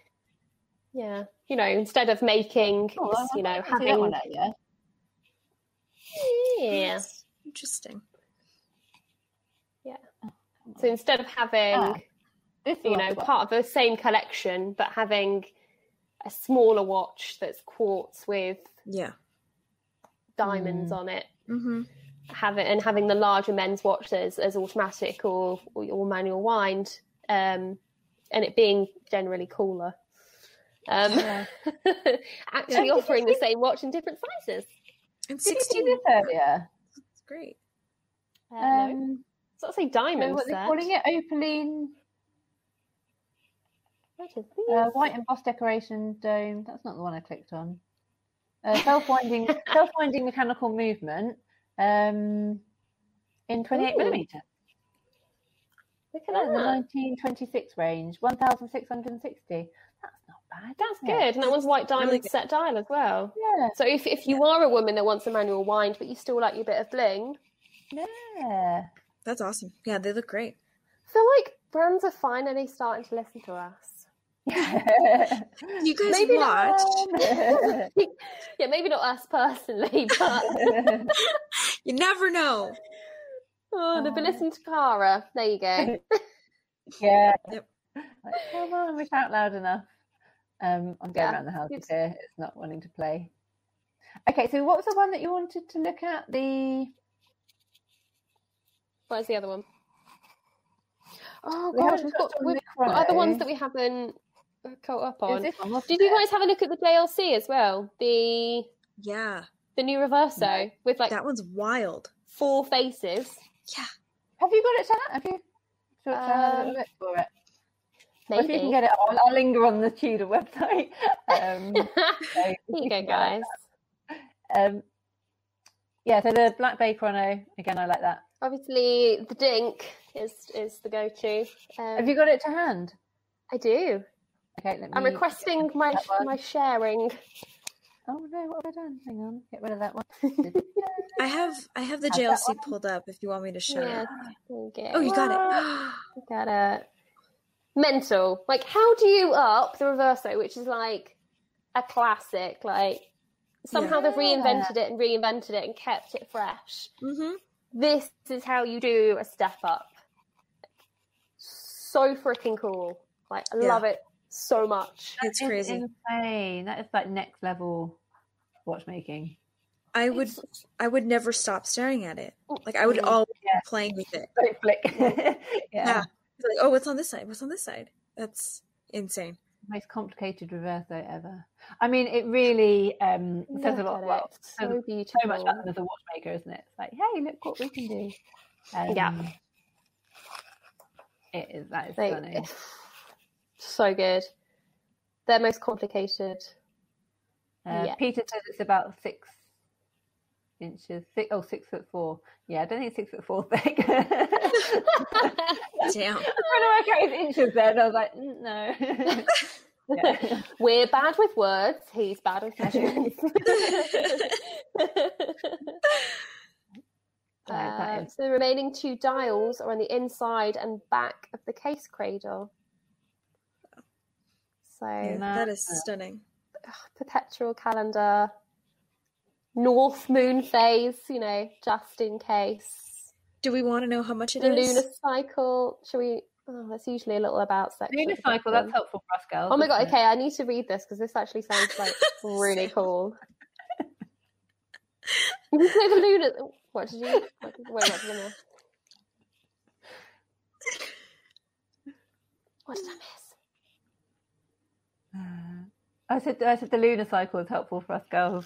Speaker 3: Yeah. You know, instead of making
Speaker 1: Oh, I- I
Speaker 3: you know,
Speaker 1: didn't see that
Speaker 3: having
Speaker 1: one earlier.
Speaker 3: yeah.
Speaker 2: Interesting.
Speaker 3: So instead of having,
Speaker 1: Ah, This
Speaker 3: you know,
Speaker 1: last one.
Speaker 3: part of the same collection, but having a smaller watch that's quartz with
Speaker 2: Yeah.
Speaker 1: Mm.
Speaker 3: diamonds on it,
Speaker 2: Mm-hmm.
Speaker 3: have it, and having the larger men's watches as automatic or or, or manual wind, um, and it being generally cooler. Um,
Speaker 1: Yeah.
Speaker 3: actually
Speaker 1: Yeah.
Speaker 3: offering the same watch in different sizes.
Speaker 1: Did you
Speaker 2: And
Speaker 1: see
Speaker 2: sixteen.
Speaker 1: this earlier?
Speaker 2: That's great.
Speaker 3: Uh, no,
Speaker 1: Um,
Speaker 3: it's not say
Speaker 1: so
Speaker 3: diamonds.
Speaker 1: what they're
Speaker 3: that.
Speaker 1: calling it? Opaline
Speaker 3: That is
Speaker 1: uh,
Speaker 3: weird.
Speaker 1: white embossed decoration dome. That's not the one I clicked on. Uh, self-winding, self-winding mechanical movement um, in 28
Speaker 3: Ooh.
Speaker 1: millimeter.
Speaker 3: Look at
Speaker 1: Yeah, the
Speaker 3: that.
Speaker 1: 1926 range, 1,660. That's not bad.
Speaker 3: That's
Speaker 1: isn't it?
Speaker 3: good. And that one's white
Speaker 2: Really
Speaker 3: diamond
Speaker 2: good.
Speaker 3: set dial as well.
Speaker 1: Yeah.
Speaker 3: So if, if you are a woman that wants a manual wind, but you still like your bit of bling,
Speaker 1: Yeah.
Speaker 2: That's awesome. Yeah, they look great.
Speaker 3: I feel like brands are finally starting to listen to us.
Speaker 2: You guys
Speaker 3: Maybe not.
Speaker 2: watched.
Speaker 3: Yeah, maybe not us personally, but
Speaker 2: You never know.
Speaker 3: oh, they've been listening to Cara. There you go.
Speaker 1: yeah.
Speaker 2: Yep.
Speaker 1: Like, come on, we shout loud enough. Um, I'm going
Speaker 3: Yeah,
Speaker 1: around the house
Speaker 3: good.
Speaker 1: here. It's not wanting to play. Okay, so what was the one that you wanted to look at? The
Speaker 3: Where's the other one? Oh
Speaker 1: we
Speaker 3: gosh,
Speaker 1: haven't
Speaker 3: we've got,
Speaker 1: touched on
Speaker 3: we've
Speaker 1: this one,
Speaker 3: got other ones
Speaker 1: though.
Speaker 3: that we haven't uh, caught up
Speaker 1: It was
Speaker 3: on.
Speaker 1: this one, wasn't
Speaker 3: Did you
Speaker 1: it?
Speaker 3: guys have a look at the JLC as well? The
Speaker 2: Yeah,
Speaker 3: the new Reverso with like
Speaker 2: that one's wild.
Speaker 3: four faces.
Speaker 1: Have you got it, Shannon? Have you? Sure, Shannon,
Speaker 3: Um,
Speaker 1: look for it. Or If you can
Speaker 3: Maybe.
Speaker 1: get it, I'll, I'll linger on the Tudor website. Um,
Speaker 3: there
Speaker 1: so if can
Speaker 3: you go,
Speaker 1: get it.
Speaker 3: guys.
Speaker 1: Um, yeah, so the Black Bay Chrono again. I like that.
Speaker 3: Obviously, the Dink is is the go-to. Um,
Speaker 1: Have you got it to hand?
Speaker 3: I do.
Speaker 1: Okay, let me.
Speaker 3: I'm requesting my
Speaker 1: that one.
Speaker 3: my sharing.
Speaker 1: Oh no, what have I done? Hang on, get rid of that one.
Speaker 2: I have I have the
Speaker 1: Have that
Speaker 2: JLC pulled up if you want me to show
Speaker 3: Yeah.
Speaker 2: it.
Speaker 3: Okay.
Speaker 2: Oh, you got it.
Speaker 3: Got it. Mental. Like, how do you up the reverso, which is like a classic? Like, somehow they've
Speaker 1: Yeah.
Speaker 3: reinvented it and reinvented it and kept it fresh.
Speaker 2: mm-hmm.
Speaker 3: This is how you do a step up. So freaking cool. Like, I
Speaker 2: Yeah.
Speaker 3: love it so much.
Speaker 1: That
Speaker 2: It's
Speaker 1: is
Speaker 2: crazy.
Speaker 1: Insane. That is like next level watchmaking.
Speaker 2: I would
Speaker 3: It's-
Speaker 2: I would never stop staring at it. Like I would
Speaker 3: Mm.
Speaker 2: always
Speaker 1: Yeah.
Speaker 2: be playing with it.
Speaker 1: Don't flick. yeah.
Speaker 2: Yeah. It's Like, oh, what's on this side? What's on this side? That's insane.
Speaker 1: Most complicated reverso ever. I mean, it really um, says a
Speaker 3: Look
Speaker 1: lot.
Speaker 3: at
Speaker 1: Well,
Speaker 3: it.
Speaker 1: says
Speaker 3: So beautiful.
Speaker 1: so much about them as a watchmaker, isn't it? It's like, hey, look what we can do. Um,
Speaker 3: Yeah.
Speaker 1: It is. That is
Speaker 3: They-
Speaker 1: stunning.
Speaker 3: so good. They're most complicated.
Speaker 1: Uh,
Speaker 3: yeah.
Speaker 1: Peter says it's about six inches. Six, oh, six foot four. Yeah, I don't think six foot four thick.
Speaker 2: Damn.
Speaker 1: I was trying to work out his inches there, and I was like, mm, no. Yeah.
Speaker 3: We're bad with words. He's bad with measurements.
Speaker 1: Right, that
Speaker 3: Uh,
Speaker 1: is-
Speaker 3: so the remaining two dials are on the inside and back of the case cradle. So
Speaker 2: Yeah,
Speaker 1: Nah.
Speaker 2: that is stunning.
Speaker 3: perpetual calendar, North Moon phase. You know, just in case.
Speaker 2: Do we want to know how much it
Speaker 3: The
Speaker 2: is?
Speaker 3: lunar cycle. Shall we? Oh, that's usually a little about section.
Speaker 1: lunar
Speaker 3: of this
Speaker 1: cycle. That's
Speaker 3: one.
Speaker 1: helpful for us girls.
Speaker 3: Oh my god!
Speaker 1: isn't it?
Speaker 3: Okay, I need to read this because this actually sounds like really cool. so the lunar. What did you? What, wait, what did I miss? What did I miss?
Speaker 1: Uh, I said, I said the lunar cycle is helpful for us girls.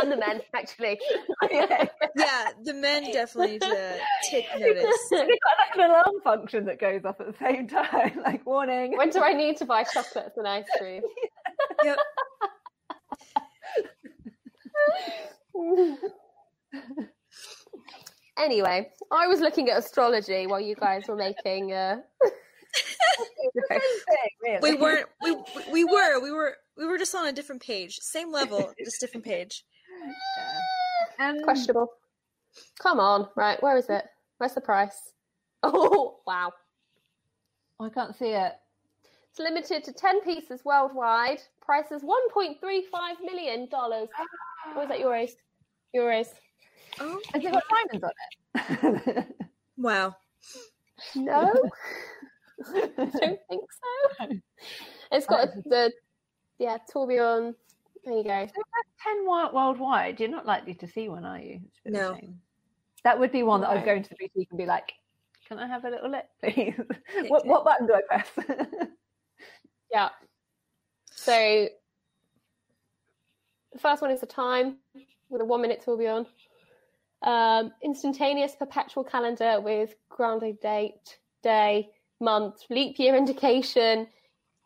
Speaker 3: And the men, actually.
Speaker 1: yeah.
Speaker 2: Yeah, the men definitely need to take notice.
Speaker 1: They've got like an alarm function that goes off at the same time, like warning.
Speaker 3: when do I need to buy chocolates and ice cream?
Speaker 2: Yep.
Speaker 3: anyway, I was looking at astrology while you guys were making. Uh...
Speaker 2: We weren't we we- we were we were we were just on a different page. Same level, just different page.
Speaker 1: Um,
Speaker 3: Questionable. Come on, right? Where is it? Where's the price? Oh wow!
Speaker 1: I can't see it.
Speaker 3: It's limited to ten pieces worldwide. Price is one point three five million dollars. Or is that euros? Euros.
Speaker 2: Oh
Speaker 1: Has it got diamonds on it?
Speaker 2: wow.
Speaker 3: No, I don't think so. It's got
Speaker 1: Right.
Speaker 3: the yeah tourbillon. There you go.
Speaker 1: Ten wo- worldwide. You're not likely to see one, are you? It's a bit of a
Speaker 2: No.
Speaker 1: shame. That would be one that I'd
Speaker 3: No.
Speaker 1: go into the boutique and be like, "Can I have a little lip, please? what what button do I press?"
Speaker 3: Yeah. So the first one is the time with a one minute tourbillon. Um, instantaneous perpetual calendar with grounding date, day, month, leap year indication,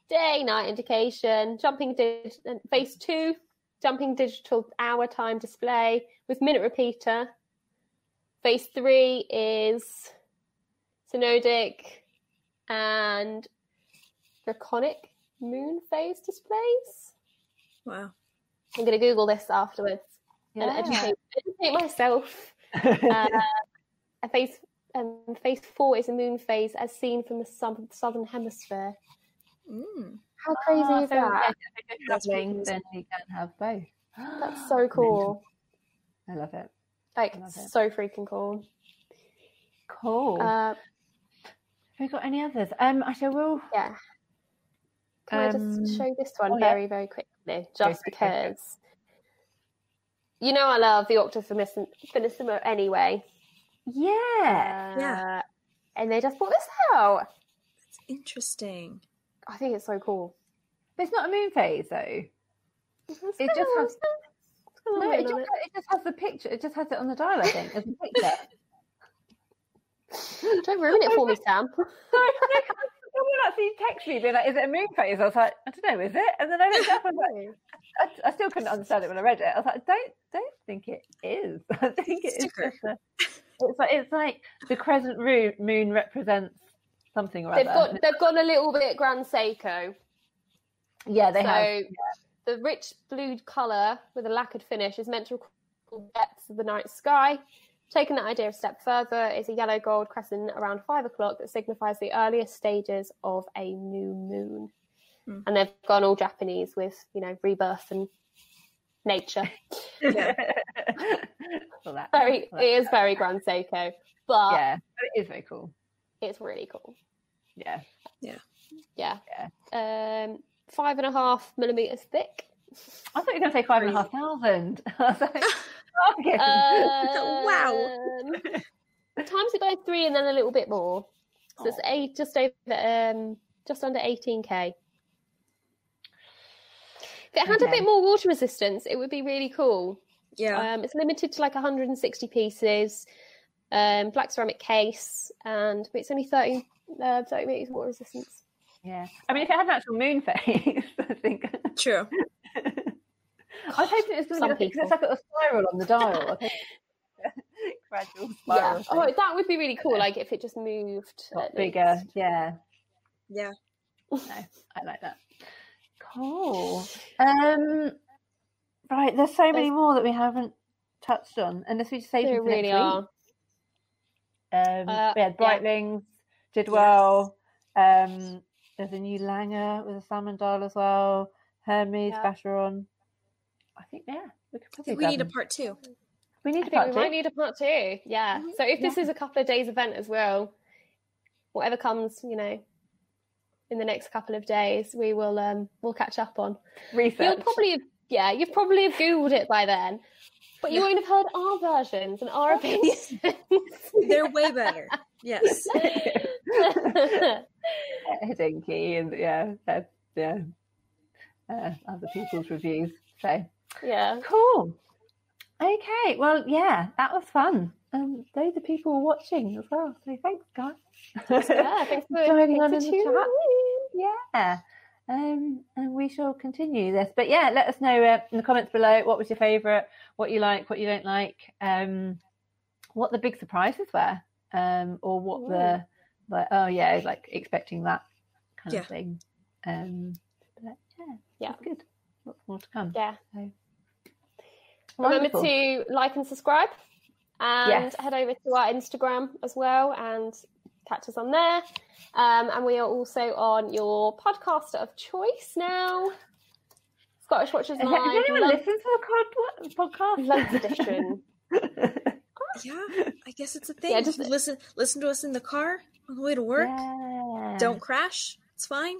Speaker 3: day, night indication, jumping dig- phase two, jumping digital hour time display with minute repeater. Phase three is synodic and draconic moon phase displays.
Speaker 2: Wow.
Speaker 3: I'm going to Google this afterwards and
Speaker 1: yeah.
Speaker 3: educate, educate myself. Uh, a phase um, phase four is a moon phase as seen from the southern, southern hemisphere.
Speaker 2: Mm.
Speaker 3: How crazy
Speaker 1: Ah,
Speaker 3: is
Speaker 1: so,
Speaker 3: that?
Speaker 1: yeah, if you're
Speaker 2: That's really
Speaker 1: traveling,
Speaker 2: cool.
Speaker 1: then you can have both.
Speaker 3: That's so cool.
Speaker 1: I love it.
Speaker 3: Like
Speaker 1: Love it.
Speaker 3: so freaking cool.
Speaker 1: Cool.
Speaker 3: Uh,
Speaker 1: Have we got any others? Um, actually, I will.
Speaker 3: yeah. Can I
Speaker 1: Um,
Speaker 3: just show this one
Speaker 1: oh, yeah.
Speaker 3: very, very quickly, just
Speaker 1: for it, go for it.
Speaker 3: because you know I love the Octophilism Finissimo anyway.
Speaker 1: Yeah.
Speaker 2: Yeah.
Speaker 3: Uh, And they just brought this out.
Speaker 2: Interesting.
Speaker 3: I think it's so cool.
Speaker 1: But it's not a moon phase, though. It just has- No, it just, it just has the picture. It just has it on the dial, I think, as a picture.
Speaker 3: Don't ruin it for me, Sam.
Speaker 1: Sorry, no, someone actually texted me, being like, "Is it a moon phase?" I was like, "I don't know, is it?" And then I looked up, I was like, I, I still couldn't understand it when I read it. I was like, "Don't, don't think it is. I think it is
Speaker 2: Sticker.
Speaker 1: just a- It's like it's like the crescent roo- moon represents something or
Speaker 3: They've
Speaker 1: other.
Speaker 3: got they've gone a little bit Grand Seiko.
Speaker 1: yeah, they
Speaker 3: so
Speaker 1: have.
Speaker 3: The rich blue colour with a lacquered finish is meant to recall depths of the night sky. Taking that idea a step further is a yellow gold crescent around five o'clock that signifies the earliest stages of a new moon.
Speaker 2: Hmm.
Speaker 3: And they've gone all Japanese with, you know, rebirth and nature.
Speaker 2: Yeah.
Speaker 1: Well, that-
Speaker 3: Very,
Speaker 1: well, that-
Speaker 3: it is very Grand Seiko, but
Speaker 1: yeah, but it is very cool.
Speaker 3: it's really cool.
Speaker 1: Yeah,
Speaker 3: Yeah. Um, five and a half millimeters thick.
Speaker 1: I thought you were going to say five and a half thousand. I was like, bargain.
Speaker 3: Uh,
Speaker 2: Wow.
Speaker 3: Um, times it by three and then a little bit more. So it's
Speaker 1: Oh.
Speaker 3: eight, just over, um, just under 18k. If it had a
Speaker 1: Okay.
Speaker 3: bit more water resistance, it would be really cool.
Speaker 2: yeah.
Speaker 3: Um, it's limited to like 160 pieces, um, black ceramic case, and it's only 30, uh, 30 meters water resistance.
Speaker 1: yeah, I mean, if it had an actual moon phase, I think
Speaker 2: True.
Speaker 1: I was hoping it was
Speaker 3: Some
Speaker 1: going to be because
Speaker 3: people.
Speaker 1: it's like a spiral on the dial. I think. Gradual spiral.
Speaker 3: Yeah. Oh,
Speaker 1: thing.
Speaker 3: that would be really cool. Like if it just moved
Speaker 1: Got
Speaker 3: at
Speaker 1: bigger.
Speaker 3: least.
Speaker 1: Yeah.
Speaker 2: Yeah.
Speaker 1: No, I like that. Cool. Um, right, there's so many
Speaker 3: There's-
Speaker 1: more that we haven't touched on, unless we just save
Speaker 3: They
Speaker 1: them for next
Speaker 3: really
Speaker 1: week.
Speaker 3: are.
Speaker 1: Um,
Speaker 3: Uh,
Speaker 1: we had
Speaker 3: yeah.
Speaker 1: Brightlings did well. Um, there's a new Langer with a salmon dial as well. Hermes,
Speaker 3: Yeah.
Speaker 1: Vacheron. I think yeah, we could
Speaker 2: I
Speaker 1: probably
Speaker 2: think we
Speaker 1: grab
Speaker 2: need a
Speaker 1: them.
Speaker 2: part two.
Speaker 1: we need
Speaker 3: I
Speaker 1: a
Speaker 3: think
Speaker 1: part
Speaker 3: we
Speaker 1: two.
Speaker 3: might need a part two. Yeah. So if this is a couple of days event as well, whatever comes, you know, in the next couple of days, we will um we'll catch up on. You'll
Speaker 1: research.
Speaker 3: probably have, yeah, you've probably have googled it by then, but you won't have heard our versions and our opinions.
Speaker 2: They're way better. Yes.
Speaker 1: Hidinki and yeah, that, yeah, uh, other people's reviews. So
Speaker 3: yeah.
Speaker 1: cool. Okay, well, yeah, that was fun. Um, those are people were watching as well. So thanks, guys.
Speaker 3: Yeah. Thanks for,
Speaker 1: Joining
Speaker 3: thanks
Speaker 1: on
Speaker 3: for
Speaker 1: in the
Speaker 3: tuning
Speaker 1: chat.
Speaker 3: in.
Speaker 1: Yeah. Um, and we shall continue this. But yeah, let us know uh, in the comments below what was your favourite, what you like, what you don't like, um, what the big surprises were, um, or what the, like, oh yeah, like expecting that kind
Speaker 2: Yeah.
Speaker 1: of thing. Um, but yeah,
Speaker 3: Yeah.
Speaker 1: that's good. Lots more to come.
Speaker 3: Yeah.
Speaker 1: So,
Speaker 3: Remember
Speaker 1: wonderful.
Speaker 3: to like and subscribe and
Speaker 1: Yes.
Speaker 3: head over to our Instagram as well and catch us on there. Um, and we are also on your podcast of choice now. Scottish Watchers
Speaker 1: Has
Speaker 3: Live.
Speaker 1: anyone
Speaker 3: Love-
Speaker 1: listened to the cod- what, podcast?
Speaker 3: Loves edition.
Speaker 2: Yeah. I guess it's a thing.
Speaker 3: Yeah, just-
Speaker 2: listen listen to us in the car on the way to work.
Speaker 1: Yeah.
Speaker 2: Don't crash. It's fine.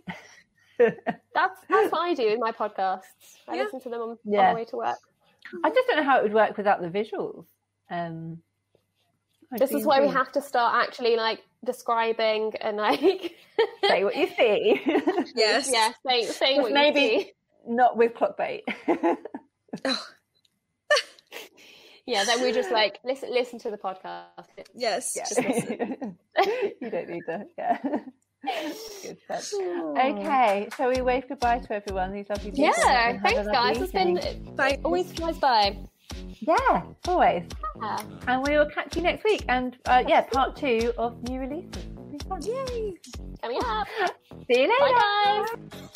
Speaker 3: That's that's what I do with my podcasts. I
Speaker 2: Yeah.
Speaker 3: listen to them on, on
Speaker 1: Yeah.
Speaker 3: the way to work.
Speaker 1: I just don't know how it would work without the visuals. Um, I'd
Speaker 3: This
Speaker 1: be
Speaker 3: is where we
Speaker 1: intrigued.
Speaker 3: have to start actually like describing and like
Speaker 1: say what you see,
Speaker 2: Yes.
Speaker 3: yeah, saying, saying
Speaker 1: Just
Speaker 3: what you
Speaker 1: maybe-
Speaker 3: see.
Speaker 1: not with clickbait.
Speaker 2: Oh,
Speaker 3: Yeah, then we just like listen listen to the podcast.
Speaker 2: yes.
Speaker 1: yeah.
Speaker 2: Just listen.
Speaker 1: you don't need to. Yeah. Good stuff. Okay, shall we wave goodbye to everyone? These lovely people.
Speaker 3: Yeah,
Speaker 1: and have a
Speaker 3: thanks
Speaker 1: lovely
Speaker 3: guys. It's been
Speaker 1: evening?
Speaker 2: Bye.
Speaker 3: it always flies by. Uh,
Speaker 1: yeah, always.
Speaker 3: Yeah.
Speaker 1: And we will catch you next week. And uh, yeah, part two of new releases. It'll be fun.
Speaker 2: Yay.
Speaker 3: Coming up.
Speaker 1: See you later.
Speaker 3: Bye guys.